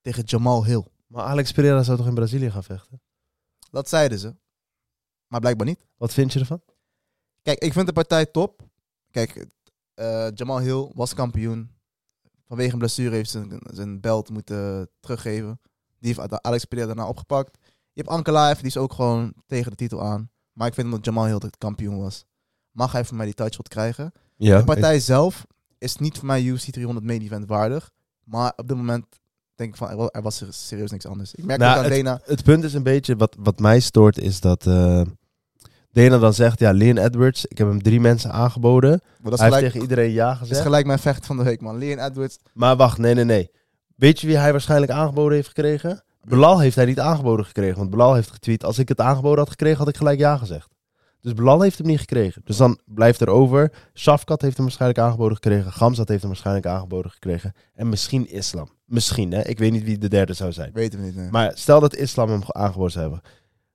Speaker 3: tegen Jamal Hill.
Speaker 4: Maar Alex Pereira zou toch in Brazilië gaan vechten?
Speaker 3: Dat zeiden ze. Maar blijkbaar niet.
Speaker 4: Wat vind je ervan?
Speaker 3: Kijk, ik vind de partij top. Kijk, eh, Jamal Hill was kampioen. Vanwege een blessure heeft zijn, zijn belt moeten teruggeven. Die heeft Alex Pereira daarna opgepakt. Je hebt Ankalaev, die is ook gewoon tegen de titel aan. Maar ik vind omdat Jamal Hill de kampioen was, mag hij van mij die title krijgen.
Speaker 4: Ja.
Speaker 3: De partij zelf is niet voor mij UFC 300 main event waardig. Maar op dit moment denk ik van, er wa- er was serieus niks anders. Ik merk
Speaker 4: Nou,
Speaker 3: ook aan Dana...
Speaker 4: Het punt is een beetje, wat, wat mij stoort, is dat eh Dana dan zegt, ja, Leon Edwards, ik heb hem drie mensen aangeboden.
Speaker 3: Maar dat
Speaker 4: Hij
Speaker 3: is
Speaker 4: heeft
Speaker 3: gelijk,
Speaker 4: tegen iedereen ja
Speaker 3: is
Speaker 4: gezegd.
Speaker 3: gelijk mijn vecht van de week, man. Leon Edwards,
Speaker 4: Maar wacht, nee, nee, nee. Weet je wie hij waarschijnlijk aangeboden heeft gekregen? Belal heeft hij niet aangeboden gekregen. Want Belal heeft getweet, als ik het aangeboden had gekregen, had ik gelijk ja gezegd. Dus Belal heeft hem niet gekregen. Dus dan blijft er over. Shafkat heeft hem waarschijnlijk aangeboden gekregen. Gamzat heeft hem waarschijnlijk aangeboden gekregen. En misschien Islam. Misschien, hè. Ik weet niet wie de derde zou zijn.
Speaker 3: weten we niet. nee.
Speaker 4: Maar stel dat islam hem aangeboden zou hebben.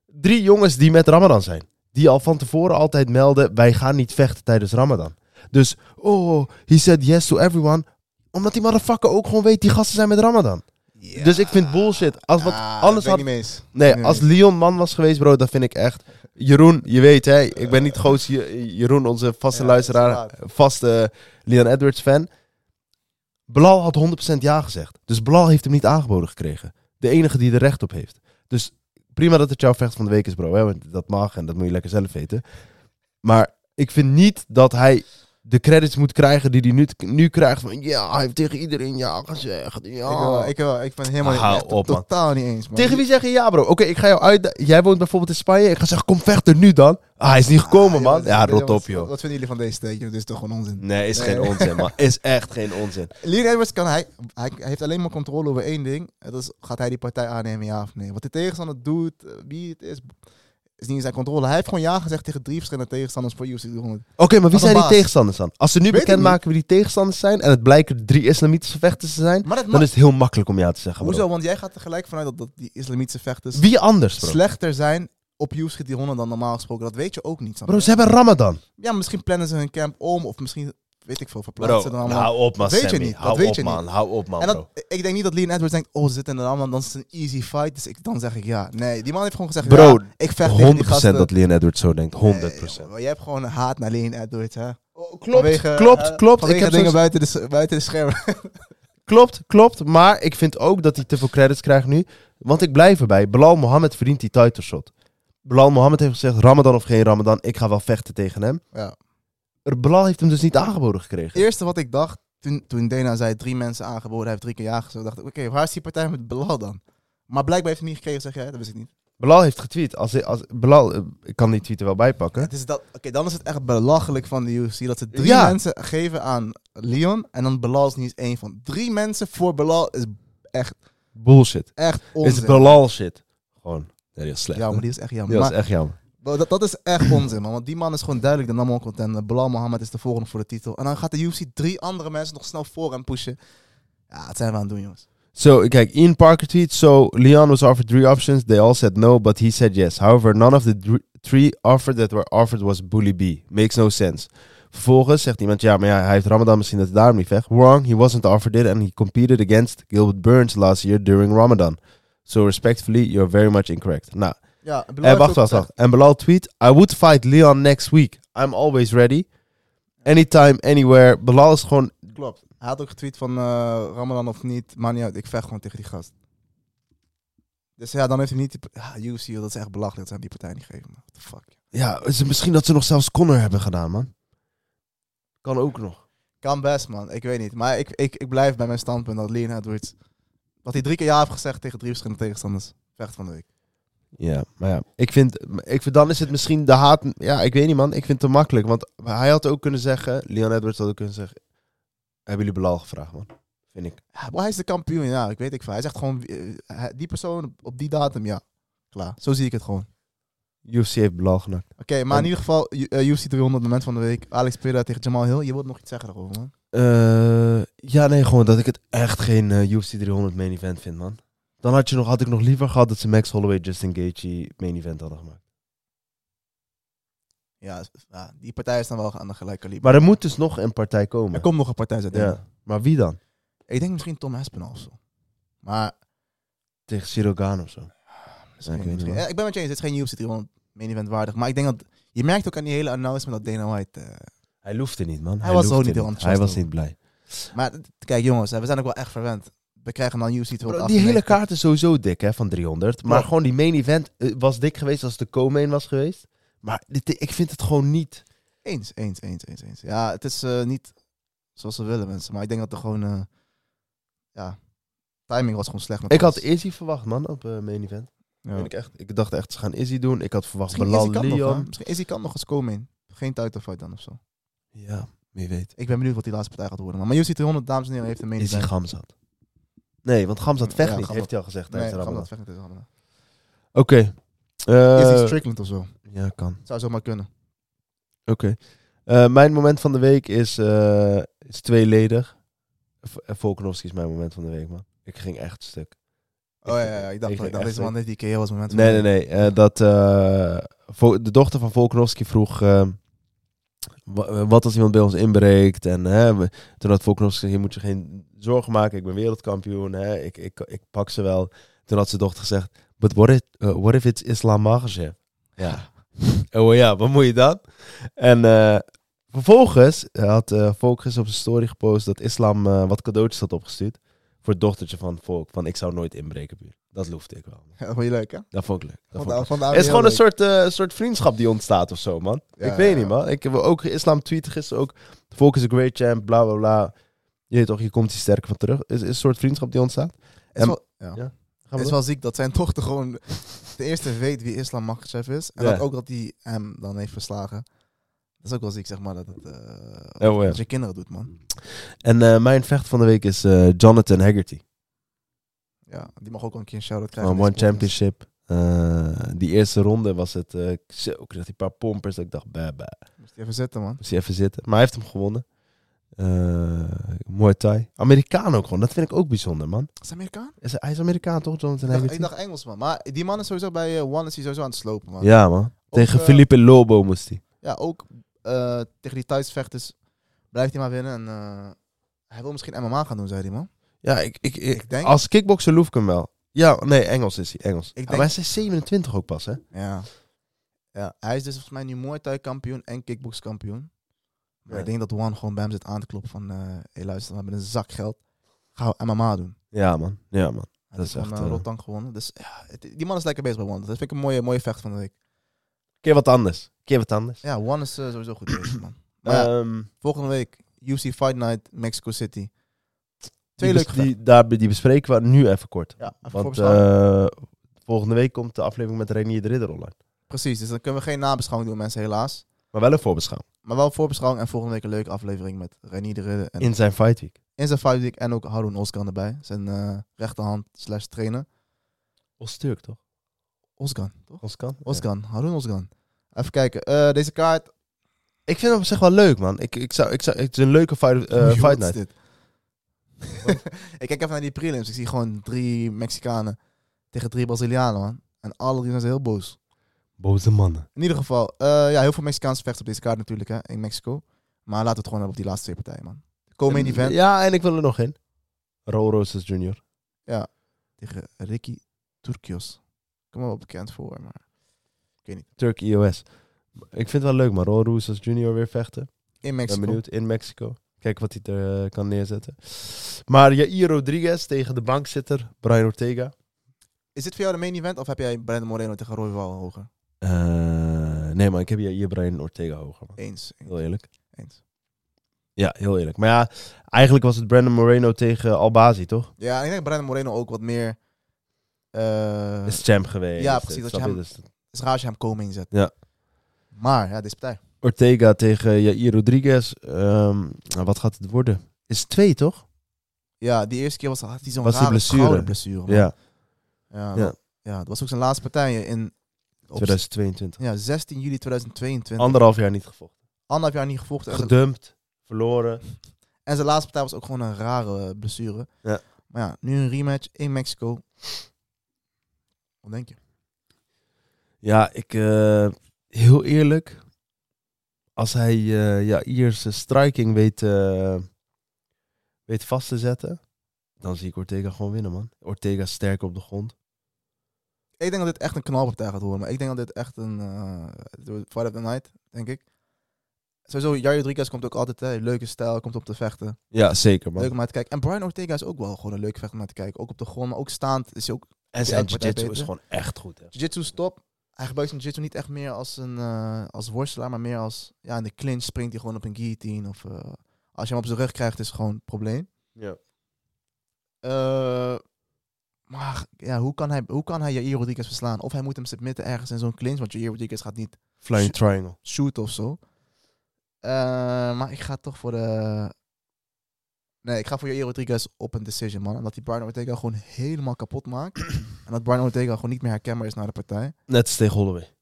Speaker 4: Drie jongens die met Ramadan zijn. Die al van tevoren altijd melden: wij gaan niet vechten tijdens Ramadan. Dus, oh, he said yes to everyone. Omdat die motherfucker ook gewoon weet: die gasten zijn met Ramadan.
Speaker 3: Ja.
Speaker 4: Dus ik vind bullshit. Als wat
Speaker 3: Ah,
Speaker 4: anders
Speaker 3: dat
Speaker 4: had.
Speaker 3: ben ik niet mee eens.
Speaker 4: Nee,
Speaker 3: Nee.
Speaker 4: als Leon man was geweest, bro, dan vind ik echt. Jeroen, je weet, hè, ik ben niet goos. Je- Jeroen, onze vaste
Speaker 3: Eh. Ja,
Speaker 4: luisteraar,
Speaker 3: dat is
Speaker 4: vaste Leon Edwards fan. Blauw had 100% ja gezegd. Dus Blauw heeft hem niet aangeboden gekregen. De enige die er recht op heeft. Dus prima dat het jouw vecht van de week is, bro. Hè, want dat mag en dat moet je lekker zelf weten. Maar ik vind niet dat hij de credits moet krijgen die hij nu, nu krijgt. Van ja, hij heeft tegen iedereen ja gezegd. Ja.
Speaker 3: Ik, wel, ik, wel, ik ben helemaal
Speaker 4: Nou, Hou
Speaker 3: niet, echt
Speaker 4: op, man.
Speaker 3: totaal niet eens. Man.
Speaker 4: Tegen wie zeg je ja, bro? Oké, ik ga jou uit. Jij woont bijvoorbeeld in Spanje. Ik ga zeggen, kom vechter nu dan. Ah, hij is niet gekomen,
Speaker 3: Ah,
Speaker 4: man.
Speaker 3: joh, dit-
Speaker 4: Ja,
Speaker 3: weet je
Speaker 4: rot
Speaker 3: wat-
Speaker 4: op, joh.
Speaker 3: Wat vinden jullie van deze statement? Dit is toch gewoon onzin.
Speaker 4: Nee, is geen
Speaker 3: Nee.
Speaker 4: onzin, man. Is echt geen onzin.
Speaker 3: Leon Edwards kan hij, hij hij heeft alleen maar controle over één ding. En Dat is, gaat hij die partij aannemen, ja of nee? Wat de tegenstander doet, eh, wie het is, is niet in zijn controle. Hij heeft gewoon ja gezegd tegen drie verschillende tegenstanders voor UFC 300.
Speaker 4: Oké, maar wie
Speaker 3: Wat een
Speaker 4: zijn die
Speaker 3: baas.
Speaker 4: tegenstanders dan? Als ze nu
Speaker 3: Weet ik
Speaker 4: bekendmaken wie die tegenstanders zijn... en het blijken drie islamitische vechters te zijn...
Speaker 3: Maar dat
Speaker 4: dan
Speaker 3: mag.
Speaker 4: is het heel makkelijk om ja te zeggen, bro.
Speaker 3: Hoezo? Want jij gaat er gelijk vanuit dat, dat die islamitische vechters
Speaker 4: Wie anders, bro?
Speaker 3: slechter zijn op UFC 300 dan normaal gesproken. Dat weet je ook niet. snap
Speaker 4: Bro,
Speaker 3: je?
Speaker 4: ze hebben Ramadan.
Speaker 3: Ja, misschien plannen ze hun camp om of misschien, weet ik veel,
Speaker 4: Bro, nou,
Speaker 3: verplaatsen ze dan allemaal.
Speaker 4: hou op, man,
Speaker 3: Weet je
Speaker 4: Sammy.
Speaker 3: niet, dat
Speaker 4: Hou
Speaker 3: weet
Speaker 4: op,
Speaker 3: je
Speaker 4: man. Hou op, man,
Speaker 3: En
Speaker 4: bro.
Speaker 3: dat, ik denk niet dat Leon Edwards denkt, oh, ze zitten in de allemaal, dan is het een easy fight. Dus ik, dan zeg ik ja. Nee, die man heeft gewoon gezegd,
Speaker 4: Bro,
Speaker 3: ja, ik vecht tegen die
Speaker 4: 100%
Speaker 3: gasten.
Speaker 4: dat Leon Edwards zo denkt. 100%.
Speaker 3: Nee, maar jij hebt gewoon een haat naar Leon Edwards, hè?
Speaker 4: Oh, klopt, klopt,
Speaker 3: eh,
Speaker 4: klopt.
Speaker 3: Vanwege
Speaker 4: Ik heb
Speaker 3: dingen
Speaker 4: zo'n-
Speaker 3: buiten, de, s- buiten de schermen.
Speaker 4: Klopt, klopt. Maar ik vind ook dat hij te veel credits krijgt nu. Want ik blijf erbij. Belal Mohammed verdient die title shot. Belal Mohammed heeft gezegd, Ramadan of geen Ramadan, ik ga wel vechten tegen hem.
Speaker 3: Ja.
Speaker 4: Er- Belal heeft hem dus niet aangeboden gekregen.
Speaker 3: Het eerste wat ik dacht, toen, toen Dana zei drie mensen aangeboden, hij heeft drie keer ja gezegd, dacht ik, oké, waar is die partij met Belal dan? Maar blijkbaar heeft hij hem niet gekregen, zeg jij? Dat wist ik niet.
Speaker 4: Belal heeft getweet. Als, hij- als, Belal, eh, ik kan die tweet er wel bij pakken.
Speaker 3: Het is dat, oké, dan is het echt belachelijk van de UFC dat ze drie
Speaker 4: Ja.
Speaker 3: mensen geven aan Leon en dan Belal is niet eens één van. Drie mensen voor Belal is
Speaker 4: Bullshit.
Speaker 3: echt
Speaker 4: Dit
Speaker 3: onzin.
Speaker 4: Is Belal shit. Gewoon. Nee, die was slecht.
Speaker 3: Ja, maar
Speaker 4: hè?
Speaker 3: die is echt jammer.
Speaker 4: die was
Speaker 3: Maar
Speaker 4: echt jammer.
Speaker 3: wel, dat, dat is echt onzin, man. Want die man is gewoon duidelijk de number one contender. Belal Mohammed is de volgende voor de titel. En dan gaat de UFC drie andere mensen nog snel voor hem pushen. Ja, het zijn we aan het doen, jongens.
Speaker 4: So, kijk, Ian Parker tweet. So, Leon was offered three options. They all said no, but he said yes. However, none of the dr- three offered that were offered was Bully B. Makes no sense. Vervolgens zegt iemand, ja, maar ja, hij heeft Ramadan misschien dat hij daarom niet vecht. Wrong, he wasn't offered it and he competed against Gilbert Burns last year during Ramadan. So, respectfully, you're very much incorrect. Nou,
Speaker 3: Ja, Belal
Speaker 4: en
Speaker 3: heeft
Speaker 4: wacht,
Speaker 3: ook
Speaker 4: wacht,
Speaker 3: gezegd-
Speaker 4: wacht. En Belal tweet, I would fight Leon next week. I'm always ready. Anytime, anywhere. Belal is gewoon...
Speaker 3: Klopt. Hij had ook getweet van eh, Ramadan of niet, maar niet uit. Ik vecht gewoon tegen die gast. Dus ja, dan heeft hij niet... Die... Ja, UFC, joh, dat is echt belachelijk dat ze hem die partij niet geven. Man. What the fuck.
Speaker 4: Ja, is het misschien dat ze nog zelfs Connor hebben gedaan, man. Kan ook nog.
Speaker 3: Kan best, man. Ik weet niet. Maar ik, ik, ik blijf bij mijn standpunt dat Leon Edwards... Wat hij drie keer ja heeft gezegd tegen drie verschillende tegenstanders. Vecht van de week.
Speaker 4: Ja, maar ja, ik vind, ik vind dan is het misschien de haat. Ja, ik weet niet, man. Ik vind het te makkelijk. Want hij had ook kunnen zeggen, Leon Edwards had ook kunnen zeggen: Hebben jullie Belal gevraagd, man? Vind vind ik.
Speaker 3: Ja, maar hij is de kampioen, ja, ik weet ik veel. Hij zegt gewoon, eh, hij- die persoon op die datum, ja. Klaar, zo zie ik het gewoon.
Speaker 4: UFC heeft Bilal genakt.
Speaker 3: Oké, maar in
Speaker 4: En-
Speaker 3: ieder geval, U- eh, UFC 300, moment van de week. Alex Pereira tegen Jamal Hill. Je wilt nog iets zeggen daarover, man.
Speaker 4: Eh, ja, nee, gewoon dat ik het echt geen eh, UFC 300 main event vind, man. Dan had, je nog, had ik nog liever gehad dat ze Max Holloway, Justin Gaethje main event hadden gemaakt.
Speaker 3: Ja, s- ja, die partij is dan wel aan de gelijke kaliber.
Speaker 4: Maar er moet dus nog een partij komen.
Speaker 3: Er komt nog een partij, zou ik denken.
Speaker 4: ja. Maar wie dan?
Speaker 3: Ik denk misschien Tom Aspinall of zo. Maar,
Speaker 4: Tegen Sirogan of zo.
Speaker 3: misschien-
Speaker 4: ik weet niet,
Speaker 3: misschien-
Speaker 4: man.
Speaker 3: eh, ik ben met je eens, het is geen UFC 300 main event waardig. Maar ik denk dat, je merkt ook aan die hele announcement dat Dana White... eh,
Speaker 4: Hij loefde niet, man.
Speaker 3: was
Speaker 4: loefde
Speaker 3: ook niet heel enthousiast
Speaker 4: Hij was
Speaker 3: over.
Speaker 4: niet blij.
Speaker 3: maar t- kijk jongens, hè, we zijn ook wel echt verwend. We krijgen dan UFC 200
Speaker 4: Bro, die hele kaart is sowieso dik, hè, van 300. Maar
Speaker 3: Ja.
Speaker 4: gewoon die main event eh, was dik geweest als de co-main was geweest. Maar dit, ik vind het gewoon niet...
Speaker 3: Eens, eens, eens, eens, eens. Ja, het is eh, niet zoals ze willen, mensen. Maar ik denk dat er gewoon... eh, ja, timing was gewoon slecht. met
Speaker 4: Ik had
Speaker 3: alles.
Speaker 4: Izzy verwacht, man, op eh, main event.
Speaker 3: Ja.
Speaker 4: Weet Ik, echt, ik dacht echt, ze gaan Izzy doen. Ik had verwacht
Speaker 3: Misschien is,
Speaker 4: Belal
Speaker 3: die kan nog, hè?
Speaker 4: Leon.
Speaker 3: Misschien is die kan nog eens komen in. Geen title dan of zo.
Speaker 4: Ja, wie weet.
Speaker 3: Ik ben benieuwd wat die laatste partij gaat worden. man. Maar UFC 300, dames en heren, heeft een mening.
Speaker 4: Izzy Gamzat. Nee, want Gamzat vecht
Speaker 3: Ja,
Speaker 4: niet,
Speaker 3: Gamzat-
Speaker 4: heeft hij al gezegd.
Speaker 3: Nee,
Speaker 4: tijdens de
Speaker 3: gaan we dat
Speaker 4: Ramadan.
Speaker 3: vechten tussen allemaal.
Speaker 4: Oké. Eh,
Speaker 3: Is die Strickland of zo?
Speaker 4: ja, kan.
Speaker 3: Zou zomaar kunnen.
Speaker 4: Oké. Eh, mijn moment van de week is, eh, is tweeledig. V- eh, Volkanovski is mijn moment van de week, man. Ik ging echt stuk.
Speaker 3: Oh ja, ja, ja, ik dacht, ik
Speaker 4: ging
Speaker 3: dacht
Speaker 4: echt
Speaker 3: deze man heeft die KO als moment. van-
Speaker 4: Nee, nee, nee. eh, dat, eh, Vo- de dochter van Volkanovski vroeg... eh, wa- eh, wat als iemand bij ons inbreekt? En hè, we- toen had Volkanovski gezegd... Je moet je geen zorgen maken. Ik ben wereldkampioen. Hè, ik, ik, ik pak ze wel. Toen had zijn dochter gezegd... But what if, eh, what if it's Islam Makhachev? Ja. oh ja, wat moet je dan? En eh, vervolgens had eh Volkers op zijn story gepost... dat Islam eh, wat cadeautjes had opgestuurd... voor het dochtertje van Volk. Van ik zou nooit inbreken, buur. Dat loefde ik wel.
Speaker 3: Ja, vond je leuk, hè?
Speaker 4: Dat vond ik leuk. Dat
Speaker 3: Vond-
Speaker 4: vond ik leuk.
Speaker 3: vond
Speaker 4: Het
Speaker 3: heel
Speaker 4: is gewoon een
Speaker 3: leuk.
Speaker 4: soort, eh, soort vriendschap die ontstaat of zo, man.
Speaker 3: Ja,
Speaker 4: ik weet
Speaker 3: ja,
Speaker 4: niet,
Speaker 3: ja.
Speaker 4: man. Ik heb ook islam tweeten gisteren ook. Volk is een great champ, bla bla bla. Je weet toch, je komt hier sterker van terug. Is, is een soort vriendschap die ontstaat.
Speaker 3: Het is
Speaker 4: en-
Speaker 3: wel, ja.
Speaker 4: Ja, Gaan
Speaker 3: Het
Speaker 4: we
Speaker 3: is
Speaker 4: door?
Speaker 3: wel ziek dat zijn dochter gewoon de eerste weet wie Islam Makhachev is. En
Speaker 4: Ja.
Speaker 3: dat ook dat hij hem dan heeft verslagen. Dat is ook wel ziek, zeg maar, dat het... eh,
Speaker 4: Oh, ja.
Speaker 3: Wat je kinderen doet, man.
Speaker 4: En eh, mijn vecht van de week is eh, Jonathan Haggerty.
Speaker 3: Ja, die mag ook wel een keer een shout-out krijgen.
Speaker 4: Van
Speaker 3: in dus
Speaker 4: One
Speaker 3: deze podcast.
Speaker 4: Championship. Eh, die eerste ronde was het... eh, zo, ik kreeg die paar pompers dat ik dacht, bah, bah.
Speaker 3: Moest die even zetten, man.
Speaker 4: Moest hij even zitten. Maar hij heeft hem gewonnen. Eh Muay Thai. Amerikaan ook gewoon. Dat vind ik ook bijzonder, man.
Speaker 3: Is hij Amerikaan?
Speaker 4: Is hij, hij is Amerikaan, toch, Jonathan
Speaker 3: Ik dacht,
Speaker 4: Haggerty?
Speaker 3: ik dacht Engelsman. Maar die man is sowieso bij eh, One is hij sowieso aan het slopen, man. Ja,
Speaker 4: Ja, man. Tegen
Speaker 3: eh,
Speaker 4: Felipe Lobo moest hij.
Speaker 3: ook eh, tegen die thuisvechters blijft hij maar winnen. En eh, hij wil misschien MMA gaan doen, zei hij, man.
Speaker 4: Ja, ik, ik, ik,
Speaker 3: Ik denk-
Speaker 4: Als kickboxer loef ik hem wel. Ja, nee, Engels is hij. Engels.
Speaker 3: Ik denk-
Speaker 4: Maar hij is 27 ook pas, hè?
Speaker 3: Ja. ja. Hij is dus volgens mij nu Muay Thai kampioen en kickbox kampioen. Maar
Speaker 4: Ja.
Speaker 3: ik denk dat One gewoon bij hem zit aan te kloppen van... eh hey, luister, we hebben een zak geld. Ga MMA doen.
Speaker 4: Ja, man. Ja, man.
Speaker 3: Hij
Speaker 4: Dat
Speaker 3: heeft
Speaker 4: is echt,
Speaker 3: van uh,
Speaker 4: eh,
Speaker 3: Rotterdam gewonnen. Dus ja, het- die man is lekker bezig bij One. Dat vind ik een mooie, mooie vecht van de week.
Speaker 4: Keer wat anders. Keer wat anders.
Speaker 3: Ja, One is eh, sowieso goed bezig, man. Eh, Maar ja,
Speaker 4: Ehm,
Speaker 3: Volgende week, UC Fight Night, Mexico City.
Speaker 4: die,
Speaker 3: Twee
Speaker 4: bes-
Speaker 3: leuke gevechten.
Speaker 4: die, daar, die bespreken we nu even kort.
Speaker 3: Ja, even
Speaker 4: Want
Speaker 3: voorbeschouwen.
Speaker 4: eh, volgende week komt de aflevering met Renier de Ridder online.
Speaker 3: Precies, dus dan kunnen we geen nabeschouwing doen, mensen, helaas.
Speaker 4: Maar wel een voorbeschouwing.
Speaker 3: Maar wel voorbeschouwing en volgende week een leuke aflevering met Renier de Ridder en
Speaker 4: In zijn fight week.
Speaker 3: Inza Fight Week en ook Harun Oskan erbij. Zijn eh, rechterhand slash trainer.
Speaker 4: Osturk, toch?
Speaker 3: Oskan, toch?
Speaker 4: Oskan?
Speaker 3: Oskan, Harun Oskan. Even kijken, eh, deze kaart.
Speaker 4: Ik vind hem op zich wel leuk, man. Ik, ik zou, ik zou, het is een leuke fight, eh,
Speaker 3: Oei, wat
Speaker 4: fight
Speaker 3: is
Speaker 4: night.
Speaker 3: dit? ik kijk even naar die prelims. Ik zie gewoon drie Mexicanen tegen drie Brazilianen, man. En alle drie zijn ze heel boos.
Speaker 4: Boze mannen.
Speaker 3: In ieder geval, eh, ja, heel veel Mexicaanse vechters op deze kaart natuurlijk, hè, in Mexico. Maar laten we het gewoon hebben op die laatste twee partijen, man. Komen in die event
Speaker 4: Ja, en ik wil er nog in. Roll Roses Jr.
Speaker 3: tegen Ricky Turkios. Kom wel bekend voor, maar...
Speaker 4: Turk IOS. Ik vind het wel leuk, man. Ron Roos als junior weer vechten.
Speaker 3: In
Speaker 4: Ik ben
Speaker 3: Mexico.
Speaker 4: benieuwd in Mexico. Kijk wat hij er eh, kan neerzetten. Maar Jair Rodriguez tegen de bankzitter Brian Ortega.
Speaker 3: Is dit voor jou de main event of heb jij Brandon Moreno tegen Roy Wall hoger?
Speaker 4: Eh, nee, maar ik heb Jair Brian Ortega hoger. Man.
Speaker 3: Eens. eens,
Speaker 4: Heel eerlijk.
Speaker 3: Eens.
Speaker 4: Ja, heel eerlijk. Maar ja, eigenlijk was het Brandon Moreno tegen Albazi, toch?
Speaker 3: Ja, ik denk Brandon Moreno ook wat meer... eh
Speaker 4: Is champ geweest.
Speaker 3: ja, precies, dat je
Speaker 4: Snap
Speaker 3: hem-
Speaker 4: Dus
Speaker 3: is raar als je hem komen inzet.
Speaker 4: Ja.
Speaker 3: Maar, ja, deze partij.
Speaker 4: Ortega tegen Jair Rodriguez. Ehm, nou, wat gaat het worden? Is twee, toch?
Speaker 3: Ja, die eerste keer was had hij zo'n
Speaker 4: Was die
Speaker 3: rare
Speaker 4: blessure.
Speaker 3: koude blessure. man.
Speaker 4: Ja,
Speaker 3: Ja,
Speaker 4: Ja.
Speaker 3: dat- ja, dat was ook zijn laatste partij in op,
Speaker 4: 2022.
Speaker 3: ja, 16 juli 2022.
Speaker 4: Anderhalf jaar niet gevochten.
Speaker 3: Anderhalf jaar niet gevochten. En zijn,
Speaker 4: Gedumpt, verloren.
Speaker 3: en zijn laatste partij was ook gewoon een rare eh, blessure.
Speaker 4: Ja.
Speaker 3: Maar ja, nu een rematch in Mexico. Wat denk je?
Speaker 4: Ja, ik... eh, heel eerlijk. Als hij eh ja, Ierse striking weet, eh, weet vast te zetten... Dan zie ik Ortega gewoon winnen, man. Ortega is sterk op de grond.
Speaker 3: Ik denk dat dit echt een knalpartij gaat worden. Maar ik denk dat dit echt een... eh, het wordt Fight of the Night, denk ik. Sowieso, Jair Rodriguez komt ook altijd, hè, leuke stijl, komt op te vechten.
Speaker 4: Ja, zeker,
Speaker 3: Leuk om naar te kijken. En Brian Ortega is ook wel gewoon een leuk vecht om naar te kijken. Ook op de grond, maar ook staand. Is hij ook
Speaker 4: En
Speaker 3: Ja,
Speaker 4: zijn
Speaker 3: het wordt
Speaker 4: jiu-jitsu is
Speaker 3: beter.
Speaker 4: gewoon echt goed, hè.
Speaker 3: jiu-jitsu stop. Hij gebruikt zijn jiu-jitsu niet echt meer als een eh, als worstelaar, maar meer als... Ja, in de clinch springt hij gewoon op een guillotine. Of eh, als je hem op zijn rug krijgt, is het gewoon een probleem.
Speaker 4: Ja.
Speaker 3: Eh, maar ja, hoe kan, hij, hoe kan hij Jair Rodriguez verslaan? Of hij moet hem submitten ergens in zo'n clinch, want Jair Rodriguez gaat niet
Speaker 4: Flying Triangle.
Speaker 3: shooten of zo. Eh, maar ik ga toch voor de... Nee, ik ga voor Jair Rodriguez op een decision, man. Omdat die Brian Ortega gewoon helemaal kapot maakt. en dat Brian Ortega gewoon niet meer herkenbaar is naar de partij.
Speaker 4: Net als tegen Holloway.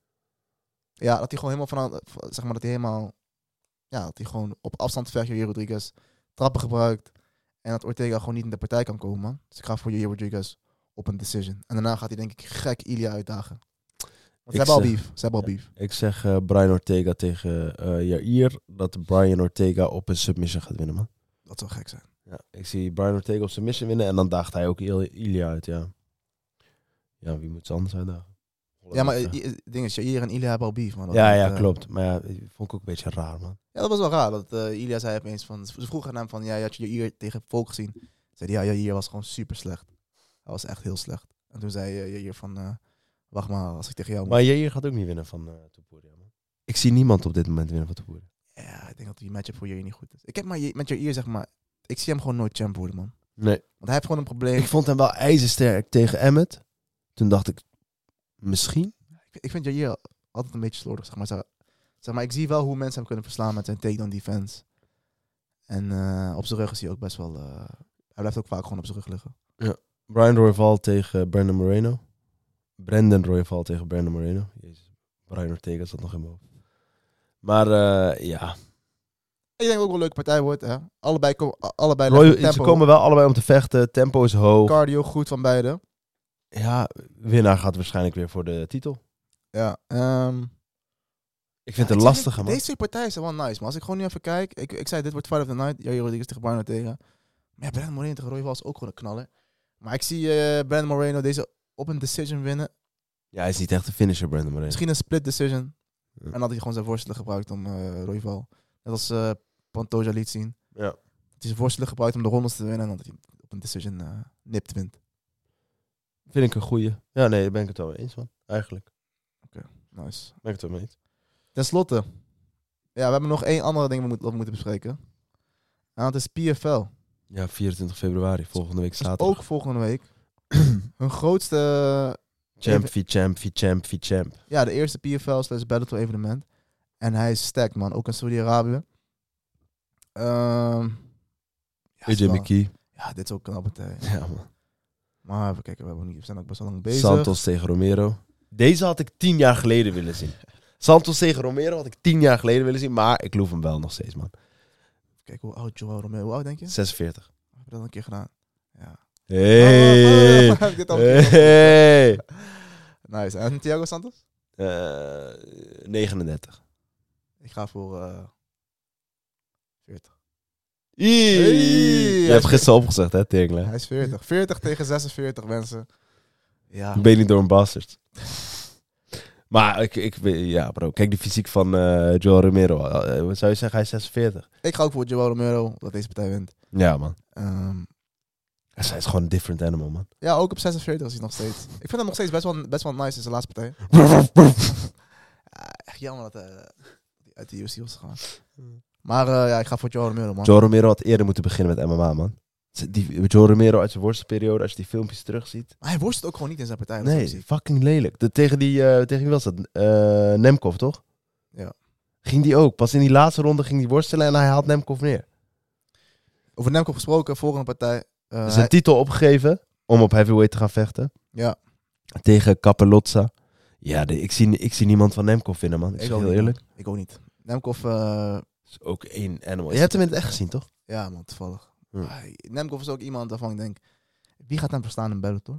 Speaker 3: Ja, dat hij gewoon helemaal van... Zeg maar dat hij helemaal... Ja, dat hij gewoon op afstand vecht, Jair Rodriguez. Trappen gebruikt. En dat Ortega gewoon niet in de partij kan komen, man. Dus ik ga voor Jair Rodriguez op een decision. En daarna gaat hij denk ik gek Ilia uitdagen. Want
Speaker 4: Ik
Speaker 3: ze hebben al
Speaker 4: zeg-
Speaker 3: beef. Ze hebben al beef.
Speaker 4: Ik zeg eh, Brian Ortega tegen eh Jair dat Brian Ortega op een submission gaat winnen, man.
Speaker 3: Dat zou gek zijn.
Speaker 4: Ja, ik zie Brian Ortega op submission winnen en dan daagt hij ook Il- Ilia uit, ja. Ja, wie moet ze anders uitdagen?
Speaker 3: Ja, maar eh, i- het ding is, Jair en Ilia hebben al beef, man. Dat
Speaker 4: ja,
Speaker 3: is,
Speaker 4: ja,
Speaker 3: eh,
Speaker 4: klopt. Maar ja, vond ik ook een beetje raar, man.
Speaker 3: Ja, dat was wel raar. Dat eh, Ilia zei opeens van... Ze vroegen aan hem van... Ja, je had je Jair tegen Volk gezien? Zei hij, ja, Jair was gewoon super slecht. Hij was echt heel slecht. En toen zei je Jair van... eh, wacht maar, als ik tegen jou... moet."
Speaker 4: Maar Jair gaat ook niet winnen van eh Topuria, man. Ik zie niemand op dit moment winnen van Topuria.
Speaker 3: Ja, ik denk dat die matchup voor Jair niet goed is. Ik heb maar Jair- met Jair, zeg maar... Ik zie hem gewoon nooit champ worden, man.
Speaker 4: Nee.
Speaker 3: Want hij heeft gewoon een probleem.
Speaker 4: Ik
Speaker 3: Ik,
Speaker 4: vond hem wel ijzersterk tegen Emmet. Toen dacht ik, misschien?
Speaker 3: ik vind Jair altijd een beetje slordig, zeg maar. Zo- Zeg maar, ik zie wel hoe mensen hem kunnen verslaan met zijn takedown defense. En eh, op zijn rug is hij ook best wel... eh, hij blijft ook vaak gewoon op zijn rug liggen.
Speaker 4: Brian Royval tegen Brandon Moreno. Brandon Royval tegen Brandon Moreno. Jezus, Brian Ortega zat nog in mijn hoofd. Maar eh, ja,
Speaker 3: Ik denk ook wel een leuke partij wordt. Hè? Allebei, ko- a- allebei
Speaker 4: Roy-
Speaker 3: leggen
Speaker 4: ze
Speaker 3: tempo,
Speaker 4: komen wel allebei om te vechten. Tempo is hoog.
Speaker 3: cardio goed van beide.
Speaker 4: Ja, winnaar gaat waarschijnlijk weer voor de titel.
Speaker 3: Ja, ehm,
Speaker 4: Ik vind
Speaker 3: ja,
Speaker 4: het een
Speaker 3: ik zeg,
Speaker 4: lastige, man.
Speaker 3: Deze twee partijen zijn wel nice. Maar als ik gewoon nu even kijk. Ik, ik zei, dit wordt Fight of the Night. Jair Rodriguez tegen Barno tegen. Maar ja, Brandon Moreno tegen Roy was ook gewoon een knaller. Maar ik zie eh Brandon Moreno deze op een decision winnen.
Speaker 4: Ja, hij is niet echt een finisher, Brandon Moreno.
Speaker 3: Misschien een split decision.
Speaker 4: Ja.
Speaker 3: En dat hij gewoon zijn worstelen gebruikt om eh Royval. Net als eh Pantoja liet zien.
Speaker 4: Ja.
Speaker 3: Dat hij zijn worstelen gebruikt om de rondes te winnen. En dat hij op een decision eh, nipt wint.
Speaker 4: Vind ik een goeie. Ja, nee, daar ben ik het wel mee eens, man. Eigenlijk.
Speaker 3: Nice.
Speaker 4: Ben ik het wel mee eens.
Speaker 3: Ten slotte. Ja, we hebben nog één andere ding we moet- dat we moeten bespreken. En dat is PFL.
Speaker 4: Ja, 24 februari, volgende week
Speaker 3: Dat is
Speaker 4: zaterdag.
Speaker 3: Dus ook volgende week. Hun grootste...
Speaker 4: Champ, v champ, v champ, v champ.
Speaker 3: Ja, de eerste PFL slash Bellator evenement. En hij is stacked, man. Ook in Saudi-Arabië. Ehm ja, is
Speaker 4: AJ
Speaker 3: wel-
Speaker 4: McKee.
Speaker 3: Ja, dit is ook een knappe partij.
Speaker 4: Ja, man.
Speaker 3: Maar even kijken, we, hebben niet, we zijn ook best wel lang bezig.
Speaker 4: Santos tegen Romero. Deze had ik tien jaar geleden willen zien. Santos tegen Romero had ik tien jaar geleden willen zien, maar ik loef hem wel nog steeds, man.
Speaker 3: Kijk hoe oud Joao Romeo, hoe oud denk je?
Speaker 4: 46.
Speaker 3: Heb je dat een keer gedaan? Ja.
Speaker 4: Hey!
Speaker 3: Ah, Heb ik dit al een keer gedaan?
Speaker 4: Hey!
Speaker 3: Nice. En Thiago Santos?
Speaker 4: Eh, 39.
Speaker 3: Ik ga voor... eh,
Speaker 4: Je hebt gisteren opgezegd, hè, Tingle?
Speaker 3: Hij is 40. 40 tegen 46 mensen. Ja.
Speaker 4: Ben je niet door een bastard. Maar ik, ik, weet- ja bro, kijk die fysiek van eh Joel Romero. Eh, wat zou je zeggen, hij is 46.
Speaker 3: Ik ga ook voor Joao Romero dat deze partij wint.
Speaker 4: Ja, man.
Speaker 3: Ehm,
Speaker 4: Hij is gewoon een different animal, man.
Speaker 3: ja, ook op 46 is hij nog steeds. Ik vind hem nog steeds best wel, best wel nice in zijn laatste partij. Ja, echt jammer dat eh, hij uit de UFC was gegaan. Maar eh, ja, ik ga voor Joao Romero, man.
Speaker 4: Joe Romero had eerder moeten beginnen met MMA, man. Die, Joe Romero uit zijn worstelperiode, als je die filmpjes terugziet.
Speaker 3: Maar hij worstelt ook gewoon niet in zijn partij. dat is
Speaker 4: Nee,
Speaker 3: zo ziek.
Speaker 4: fucking lelijk. De, tegen, die, eh, tegen wie was dat? Eh, Nemkov, toch?
Speaker 3: Ja.
Speaker 4: Ging die ook. Pas in die laatste ronde ging die worstelen en hij haalt Nemkov neer.
Speaker 3: Over Nemco gesproken, volgende partij. eh, Eh,
Speaker 4: zijn
Speaker 3: hij-
Speaker 4: Dus titel opgegeven om op heavyweight te gaan vechten.
Speaker 3: Ja.
Speaker 4: Tegen Kapelotsa. Ja, de- ik, zie, ik zie niemand van Nemkov vinden, man. Ik,
Speaker 3: Ik
Speaker 4: zeg
Speaker 3: ook
Speaker 4: heel
Speaker 3: niet,
Speaker 4: eerlijk.
Speaker 3: ik ook niet. Nemkov, eh,
Speaker 4: is ook één animal. Je hebt hem in het echt gezien, toch?
Speaker 3: ja man, toevallig.
Speaker 4: Hm.
Speaker 3: Ah, Nemkov is ook iemand waarvan ik denk, wie gaat hem verstaan in Bellator?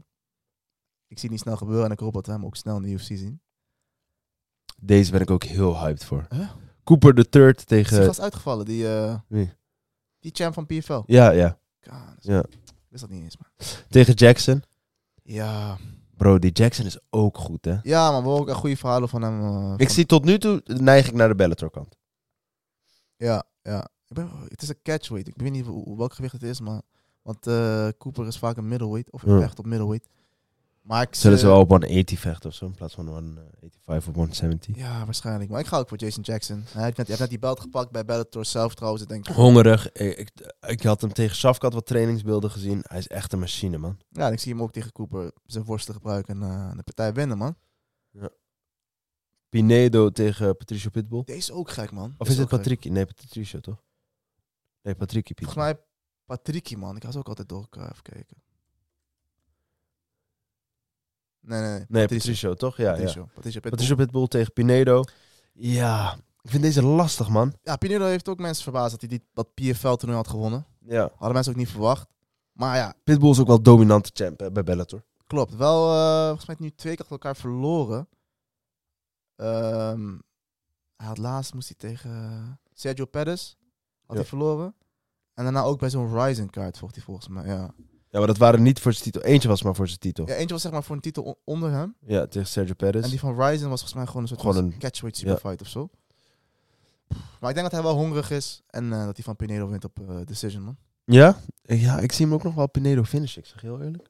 Speaker 3: Ik zie het niet snel gebeuren en ik hoop dat we hem ook snel in de UFC zien.
Speaker 4: Deze ben ik ook heel hyped voor.
Speaker 3: Huh?
Speaker 4: Cooper the Third
Speaker 3: Is die
Speaker 4: tegen...
Speaker 3: gast uitgevallen? Die, eh,
Speaker 4: Wie?
Speaker 3: die champ van PFL.
Speaker 4: Ja, ja.
Speaker 3: God,
Speaker 4: Ja.
Speaker 3: Ik wist dat niet eens, man.
Speaker 4: Tegen Jackson.
Speaker 3: Ja,
Speaker 4: Bro, die Jackson is ook goed, hè?
Speaker 3: ja man, we hebben ook echt goede verhalen van hem. eh,
Speaker 4: Ik
Speaker 3: van-
Speaker 4: zie tot nu toe neig ik naar de Bellator kant.
Speaker 3: Ja, ja. Ik ben, het is een catchweight. Ik weet niet hoe, hoe- welk gewicht het is, maar... Want eh, Cooper is vaak een middleweight. Of
Speaker 4: Ja.
Speaker 3: een vecht op middleweight. Maar ik...
Speaker 4: Zullen ze
Speaker 3: eh,
Speaker 4: wel op 180 vechten of zo, in plaats van 185 of 170.
Speaker 3: Ja, waarschijnlijk. Maar ik ga ook voor Jason Jackson. Hij heeft net, hij heeft net die belt gepakt bij Bellator zelf trouwens. Ik denk,
Speaker 4: Hongerig. Ik, ik, ik had hem tegen Safkat wat trainingsbeelden gezien. Hij is echt een machine, man.
Speaker 3: ja, en ik zie hem ook tegen Cooper zijn worsten gebruiken en eh, de partij winnen, man.
Speaker 4: Pinedo tegen Patricio Pitbull.
Speaker 3: Deze is ook gek, man.
Speaker 4: Of
Speaker 3: Deze
Speaker 4: is het
Speaker 3: ook gek.
Speaker 4: Patrick? Nee, Patricio, toch? Nee, Patrick.
Speaker 3: Volgens mij Patricki, man. Ik had ze ook altijd door elkaar even kijken. Nee, nee, nee.
Speaker 4: Nee,
Speaker 3: Patricio.
Speaker 4: Patricio, toch? Ja, ja.
Speaker 3: Patricio. Patricio Pitbull.
Speaker 4: Patricio Pitbull tegen Pinedo. Ja, ik vind deze lastig, man.
Speaker 3: Ja, Pinedo heeft ook mensen verbaasd dat hij die, dat PFL toernooi had gewonnen.
Speaker 4: Ja.
Speaker 3: Hadden mensen ook niet verwacht. Maar ja,
Speaker 4: Pitbull is ook wel dominante champ hè, bij Bellator.
Speaker 3: klopt. Wel, eh, volgens mij heeft hij nu twee keer achter elkaar verloren. Ehm, hij had laatst moest hij tegen Sergio Perez. Had
Speaker 4: Ja.
Speaker 3: hij verloren. En daarna ook bij zo'n Rising kaart vocht hij volgens mij. Ja.
Speaker 4: Ja, maar dat waren niet voor zijn titel. Eentje was maar voor zijn titel. Ja,
Speaker 3: ja, eentje was zeg maar voor een titel on- onder hem.
Speaker 4: tegen Sergio Perez.
Speaker 3: En die van Rising was volgens mij gewoon een soort
Speaker 4: Gewoon
Speaker 3: van
Speaker 4: een-
Speaker 3: catchweight
Speaker 4: ja.
Speaker 3: superfight of zo. Maar ik denk dat hij wel hongerig is. En eh, dat hij van Pinedo wint op eh, Decision, man.
Speaker 4: Ja? Ja, ik zie hem ook nog wel Pinedo finishen, ik zeg heel eerlijk.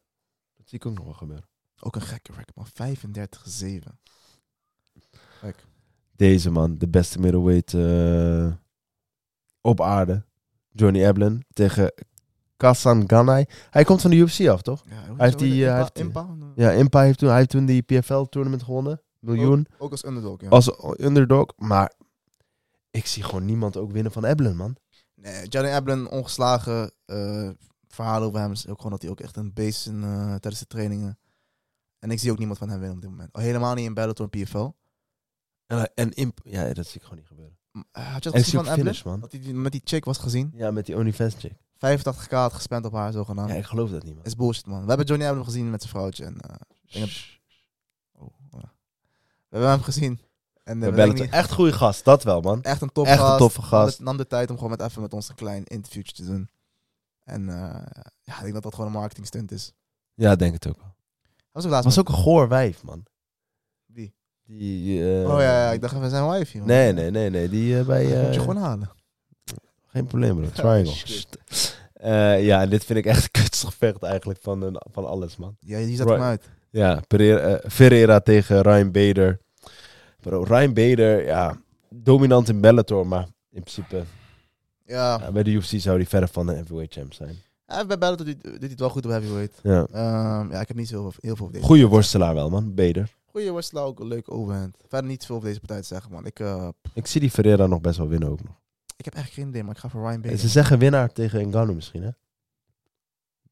Speaker 4: Dat zie ik ook nog wel gebeuren.
Speaker 3: Ook een gekke record, man. 35-7.
Speaker 4: Deze man, de beste middleweight eh, op aarde. Johnny Eblin tegen Kassan Ganai. Hij komt van de UFC af, toch?
Speaker 3: Ja,
Speaker 4: Hij heeft die, eh, hij heeft die- Ja, Impa heeft toen, hij heeft toen die PFL-tournament gewonnen. Miljoen.
Speaker 3: Ook als underdog, ja.
Speaker 4: Als underdog. Maar ik zie gewoon niemand ook winnen van Eblin, man.
Speaker 3: Nee, Johnny Ablin ongeslagen. eh, verhaal over hem is ook gewoon dat hij ook echt een beest is in, eh, tijdens de trainingen. En ik zie ook niemand van hem winnen op dit moment. Al helemaal niet in Bellator en PFL.
Speaker 4: En, eh, en Impa, ja, dat zie ik gewoon niet gebeuren.
Speaker 3: M- eh, had je
Speaker 4: En
Speaker 3: dat
Speaker 4: ik zie
Speaker 3: gezien
Speaker 4: ook
Speaker 3: van Ablin?
Speaker 4: finish, man.
Speaker 3: Dat hij die- met die chick was gezien.
Speaker 4: Ja, met die OnlyFans chick.
Speaker 3: 85k had gespend op haar, zogenaamd.
Speaker 4: Ja, ik geloof dat niet, man.
Speaker 3: Is bullshit, man. We hebben Johnny Ablin gezien met zijn vrouwtje. En, eh, denk oh, ja. We hebben hem gezien. En, eh,
Speaker 4: We bellen
Speaker 3: we denken
Speaker 4: het-
Speaker 3: niet-
Speaker 4: Echt goede gast, dat wel, man.
Speaker 3: Echt een topgast.
Speaker 4: Echt een toffe
Speaker 3: Nam
Speaker 4: gast.
Speaker 3: de- nam de tijd om gewoon met even met ons een klein interviewtje te doen. En eh, ja, ik denk dat dat gewoon een marketing stunt is.
Speaker 4: Ja, ik denk het ook wel.
Speaker 3: Dat was ook laatst
Speaker 4: was
Speaker 3: met-
Speaker 4: ook een goor wijf, man.
Speaker 3: Wie?
Speaker 4: Die, eh,
Speaker 3: oh ja, ja, ik dacht even zijn wife hier. man.
Speaker 4: Nee, nee, nee, nee. Die eh, bij...
Speaker 3: Dat
Speaker 4: eh,
Speaker 3: moet je gewoon halen.
Speaker 4: Geen probleem, bro. Triangle.
Speaker 3: Shit.
Speaker 4: Eh, ja, dit vind ik echt een kutstig vecht eigenlijk van, eh, van alles, man.
Speaker 3: Ja, die zet
Speaker 4: Right.
Speaker 3: hem uit.
Speaker 4: Ja, Pereira, eh, Ferreira tegen Ryan Bader. Bro, Ryan Bader, ja, dominant in Bellator, maar in principe
Speaker 3: Oh. Ja,
Speaker 4: ja, bij de UFC zou hij verder van de heavyweight champ zijn.
Speaker 3: hij bij Bellator doet, doet hij het wel goed op heavyweight.
Speaker 4: Ja.
Speaker 3: Ehm ja, ik heb niet zo heel veel- heel veel over deze.
Speaker 4: Goeie worstelaar wel, man. Bader.
Speaker 3: Goeie worstelaar, ook een leuke overhand. Verder niet veel over deze partij te zeggen, man. Ik, eh,
Speaker 4: Ik zie die Ferreira nog best wel winnen ook nog.
Speaker 3: ik heb echt geen idee, maar ik ga voor Ryan
Speaker 4: Ze
Speaker 3: Bader.
Speaker 4: zeggen winnaar tegen Ngannou misschien, hè?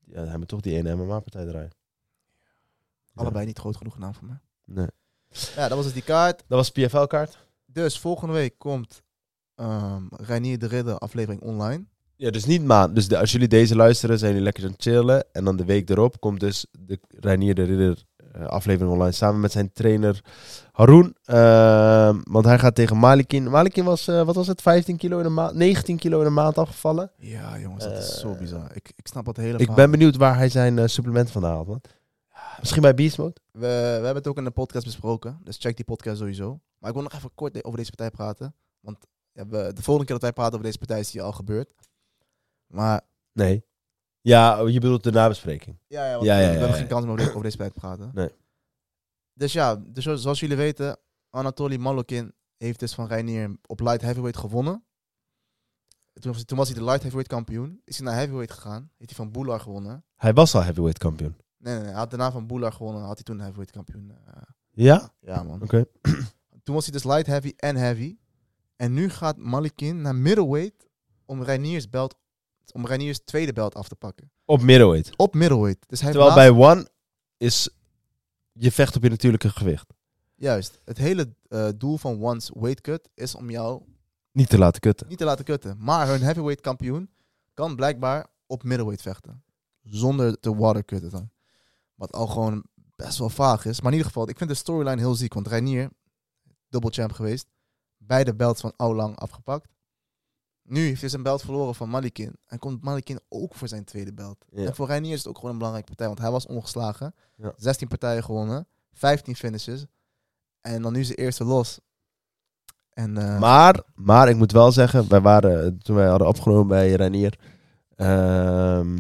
Speaker 4: Ja, hij moet toch die ene MMA-partij draaien. Ja.
Speaker 3: Allebei niet groot genoeg naam voor mij.
Speaker 4: Nee.
Speaker 3: Ja, dat was dus die kaart.
Speaker 4: Dat was PFL-kaart.
Speaker 3: Dus volgende week komt ehm Reinier de Ridder aflevering online.
Speaker 4: Ja, dus niet maand. Dus de- als jullie deze luisteren, zijn jullie lekker aan het chillen. En dan de week erop komt dus de Reinier de Ridder eh, aflevering online. Samen met zijn trainer Haroon. Ehm, want hij gaat tegen Malikin. Malikin was, eh, wat was het, 15 kilo in een maand, 19 kilo in een maand afgevallen.
Speaker 3: Ja, jongens, dat is zo
Speaker 4: Eh,
Speaker 3: bizar. Ik, ik snap dat hele
Speaker 4: Ik ben benieuwd waar hij zijn eh, supplement vandaan haalt. man. Misschien bij Beast Mode?
Speaker 3: We, we hebben het ook in de podcast besproken, dus check die podcast sowieso. Maar ik wil nog even kort de- over deze partij praten. Want ja, we, de volgende keer dat wij praten over deze partij is die al gebeurd. Maar
Speaker 4: Nee. Ja, oh, je bedoelt de nabespreking.
Speaker 3: ja, ja, want
Speaker 4: Ja, ja,
Speaker 3: we-
Speaker 4: ja,
Speaker 3: we
Speaker 4: ja,
Speaker 3: hebben geen
Speaker 4: ja.
Speaker 3: kans om over, de- over deze partij te praten.
Speaker 4: Nee.
Speaker 3: Dus ja, dus zo- zoals jullie weten, Anatoly Malokin heeft dus van Reinier op light heavyweight gewonnen. Toen was, toen was hij de light heavyweight kampioen. Is hij naar heavyweight gegaan. Heeft hij van Boelar gewonnen.
Speaker 4: Hij was al heavyweight kampioen.
Speaker 3: Nee, nee, nee. Hij had daarna van Boelar gewonnen. Had hij toen heavyweight kampioen. eh,
Speaker 4: Ja? Oké.
Speaker 3: ja, man. Toen was hij dus light heavy en heavy. En nu gaat Malikin naar middleweight om Reiniers belt om Raniers tweede belt af te pakken.
Speaker 4: Op middleweight.
Speaker 3: Op middleweight. Dus hij heeft
Speaker 4: Terwijl
Speaker 3: laatst-
Speaker 4: bij One is je vecht op je natuurlijke gewicht.
Speaker 3: Juist. Het hele eh, doel van One's weight cut is om jou
Speaker 4: Niet te laten kutten.
Speaker 3: niet te laten kutten. Maar hun heavyweight kampioen kan blijkbaar op middleweight vechten. Zonder te watercutten dan. Wat al gewoon best wel vaag is. Maar in ieder geval, ik vind de storyline heel ziek. Want Reinier, dubbelchamp geweest. Beide belts van Aulang afgepakt. Nu heeft hij zijn belt verloren van Malikin. En komt Malikin ook voor zijn tweede belt.
Speaker 4: Ja.
Speaker 3: En voor Reinier is het ook gewoon een belangrijke partij. Want hij was ongeslagen.
Speaker 4: Ja.
Speaker 3: 16 partijen gewonnen. 15 finishes. En dan nu zijn eerste los. En, eh,
Speaker 4: Maar, maar ik moet wel zeggen, wij waren, toen wij hadden opgenomen bij Renier. ehm,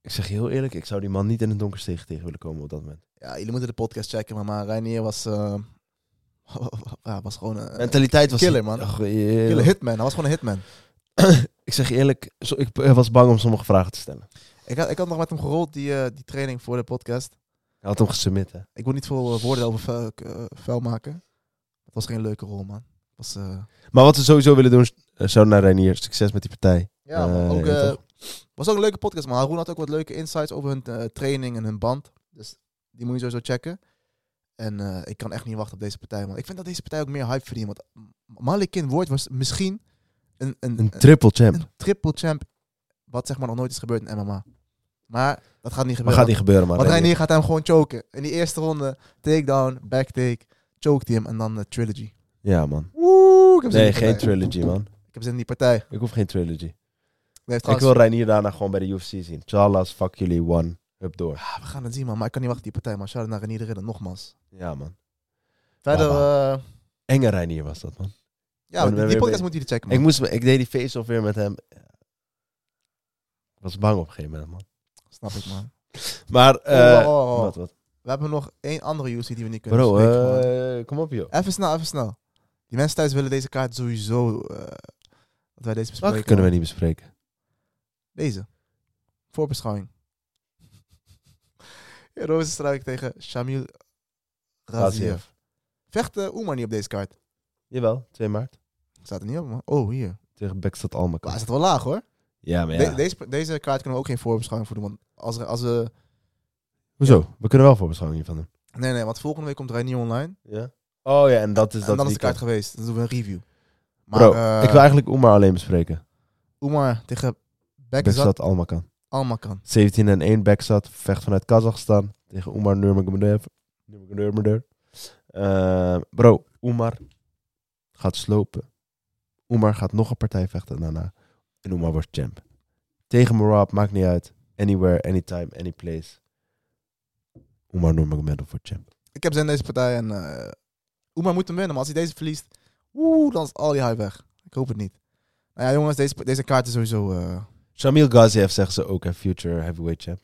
Speaker 4: ik zeg je heel eerlijk, ik zou die man niet in het donkerste tegen tegen willen komen op dat moment.
Speaker 3: Ja, jullie moeten de podcast checken, maar, maar Reinier was, eh, ja, was gewoon een
Speaker 4: Mentaliteit was...
Speaker 3: Eh, killer, man.
Speaker 4: Ach,
Speaker 3: killer hitman. Hij was gewoon een hitman.
Speaker 4: Ik zeg je eerlijk, zo- ik eh, was bang om sommige vragen te stellen.
Speaker 3: Ik had, ik had nog met hem gerold, die, eh, die training voor de podcast.
Speaker 4: Hij had hem gesubmit, hè.
Speaker 3: Ik wil niet veel eh, woorden over vuil, eh, vuil maken. Het was geen leuke rol, man. Het Was, eh,
Speaker 4: Maar wat we sowieso willen doen, is eh, zou naar Renier. Succes met die partij.
Speaker 3: ja,
Speaker 4: Eh,
Speaker 3: maar ook,
Speaker 4: ja,
Speaker 3: eh,
Speaker 4: toch?
Speaker 3: was ook een leuke podcast, maar Haroon had ook wat leuke insights over hun eh, training en hun band. Dus die moet je sowieso checken. En eh, ik kan echt niet wachten op deze partij, man. Ik vind dat deze partij ook meer hype verdient. Want Malikin Woord was misschien een, een,
Speaker 4: Een triple champ.
Speaker 3: een triple champ. Wat zeg maar nog nooit is gebeurd in MMA. Maar dat gaat niet
Speaker 4: Maar
Speaker 3: gebeuren.
Speaker 4: gaat niet gebeuren, man.
Speaker 3: Want
Speaker 4: Reinier.
Speaker 3: Reinier gaat hem gewoon choken. In die eerste ronde, takedown, backtake, choked hij hem en dan de trilogy.
Speaker 4: Ja, man.
Speaker 3: Oeh, ik heb zin
Speaker 4: Nee,
Speaker 3: in die
Speaker 4: geen
Speaker 3: partij.
Speaker 4: trilogy, man.
Speaker 3: Ik heb zin in die partij.
Speaker 4: Ik hoef geen trilogy.
Speaker 3: Nee,
Speaker 4: Ik
Speaker 3: trouwens,
Speaker 4: wil Reinier daarna gewoon bij de UFC zien. Charles, fuck jullie, one. Up door.
Speaker 3: ah, we gaan het zien, man. Maar ik kan niet wachten op die partij. Maar shout-out naar Reinier de Ridder, nogmaals.
Speaker 4: Ja, man.
Speaker 3: Verder,
Speaker 4: Baba.
Speaker 3: eh,
Speaker 4: Enge Reinier was dat, man.
Speaker 3: ja,
Speaker 4: ben
Speaker 3: die, die
Speaker 4: weer
Speaker 3: podcast
Speaker 4: bezig.
Speaker 3: moeten jullie checken, man.
Speaker 4: Ik, moest, me- ik deed die face-off weer met hem. Ik was bang op een gegeven moment, man.
Speaker 3: Snap ik, man.
Speaker 4: Maar,
Speaker 3: Oh,
Speaker 4: eh
Speaker 3: oh, oh, oh.
Speaker 4: wat, wat?
Speaker 3: We hebben nog één andere UFC die we niet kunnen
Speaker 4: Bro,
Speaker 3: bespreken, man.
Speaker 4: eh, kom op, joh.
Speaker 3: Even snel, even snel. Die mensen thuis willen deze kaart sowieso... eh, dat wij deze bespreken.
Speaker 4: Welke kunnen
Speaker 3: man.
Speaker 4: we niet bespreken?
Speaker 3: Deze. Voorbeschouwing. Rozenstruik tegen Shamil Raziev.
Speaker 4: Raziev.
Speaker 3: Vecht eh, Oemar niet op deze kaart?
Speaker 4: Jawel, 2 maart.
Speaker 3: Staat er niet op, man. Oh, hier.
Speaker 4: Tegen Backstad
Speaker 3: Maar hij
Speaker 4: Almakan.
Speaker 3: staat wel laag, hoor.
Speaker 4: Ja, maar
Speaker 3: De-
Speaker 4: ja.
Speaker 3: deze, deze kaart kunnen we ook geen voorbeschouwing voor doen. Want als, er- als, eh,
Speaker 4: Hoezo? We kunnen wel voorbeschouwing hiervan doen.
Speaker 3: nee, nee, want volgende week komt Reinier online.
Speaker 4: Ja? Oh ja, en dat is
Speaker 3: en
Speaker 4: dat
Speaker 3: dan is
Speaker 4: weekend.
Speaker 3: de kaart geweest. Dan doen we een review. Maar
Speaker 4: Bro,
Speaker 3: eh,
Speaker 4: ik wil eigenlijk Oemar alleen bespreken.
Speaker 3: Oemar tegen Bekzat
Speaker 4: Backstad Almakan.
Speaker 3: Almakan.
Speaker 4: 17 en 1 backsat. Vecht vanuit Kazachstan tegen Umar Nurmagomedov. Nurmagomedov. Eh, bro, Umar gaat slopen. Umar gaat nog een partij vechten daarna. En Umar wordt champ. Tegen Marab, maakt niet uit. Anywhere, anytime, anyplace. Umar Nurmagomedov wordt champ.
Speaker 3: Ik heb zin in deze partij. En eh Oemar moet hem winnen. Maar als hij deze verliest, oeh, dan is al die hype weg. Ik hoop het niet. Nou ja, jongens, deze, deze kaart is sowieso... eh,
Speaker 4: Shamil Gaziev zeggen ze ook, hè, future heavyweight champ.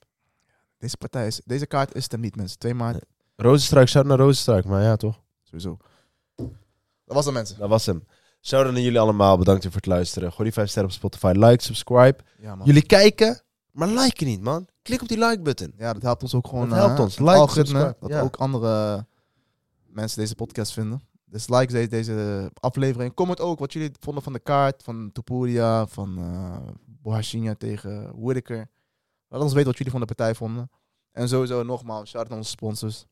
Speaker 3: Deze partij is, deze kaart is er niet, mensen. 2 maart,
Speaker 4: Rozenstruik, shout naar Rozenstruik, maar ja toch.
Speaker 3: sowieso. Dat was het, mensen.
Speaker 4: Dat was hem. Shout naar jullie allemaal, bedankt weer voor het luisteren. Gooi die 5 sterren op Spotify, like, subscribe.
Speaker 3: Ja, man.
Speaker 4: Jullie kijken, maar liken niet, man. Klik op die like-button.
Speaker 3: Ja, dat helpt ons ook gewoon.
Speaker 4: Dat helpt
Speaker 3: eh,
Speaker 4: ons.
Speaker 3: het
Speaker 4: Like,
Speaker 3: algoritme,
Speaker 4: subscribe.
Speaker 3: dat
Speaker 4: Ja.
Speaker 3: ook andere mensen deze podcast vinden. Dus like deze, deze aflevering. Comment ook wat jullie vonden van de kaart, van Topuria, van eh Bohashinia tegen Whittaker. Laat ons weten wat jullie van de partij vonden. En sowieso nogmaals, shout-out aan onze sponsors.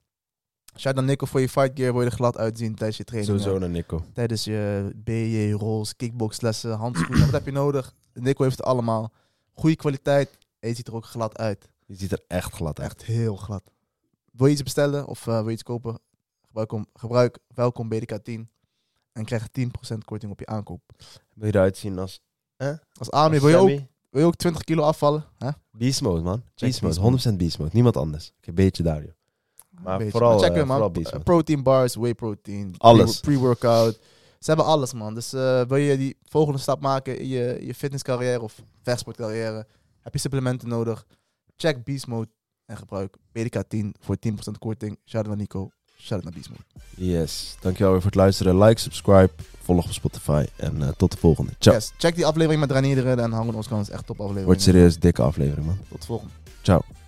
Speaker 3: Shout-out aan Nico voor je fight gear, wil je er glad uitzien tijdens je training.
Speaker 4: Sowieso naar Nico.
Speaker 3: tijdens je BJ, rolls, kickboxlessen, handschoenen. wat heb je nodig? Nico heeft het allemaal. Goede kwaliteit. En je ziet er ook glad uit.
Speaker 4: Je ziet er echt glad uit.
Speaker 3: Echt heel glad. Wil je iets bestellen of eh, wil je iets kopen? Gebruik, om, gebruik welkom BDK10 en krijg 10% korting op je aankoop.
Speaker 4: Wil je eruit zien als...
Speaker 3: Als AMI
Speaker 4: als
Speaker 3: wil, je ook-
Speaker 4: Sammy?
Speaker 3: wil je ook 20 kilo afvallen? Hè?
Speaker 4: Beast mode, man. Beast
Speaker 3: Beast
Speaker 4: mode. 100% beast mode. Niemand anders. Oké, beetje daar, joh. Maar
Speaker 3: Beetje.
Speaker 4: vooral,
Speaker 3: check
Speaker 4: eh,
Speaker 3: hem, man.
Speaker 4: vooral Beast Mode.
Speaker 3: protein bars, whey protein,
Speaker 4: Alles.
Speaker 3: pre- pre-workout. Ze hebben alles, man. Dus eh, wil je die volgende stap maken in je, je fitnesscarrière of vechtsportcarrière? Heb je supplementen nodig? Check Beast Mode en gebruik BDK10 voor 10% korting. Shout-out naar Nico. Shout-out naar Beast Mode.
Speaker 4: Yes. Dankjewel weer voor het luisteren. Like, subscribe, volg op Spotify. En eh, tot de volgende. Ciao.
Speaker 3: Yes, check die aflevering met Ranieren en Hangen Oskan. is echt top aflevering.
Speaker 4: Wordt serieus, dikke aflevering, man.
Speaker 3: Tot de volgende.
Speaker 4: Ciao.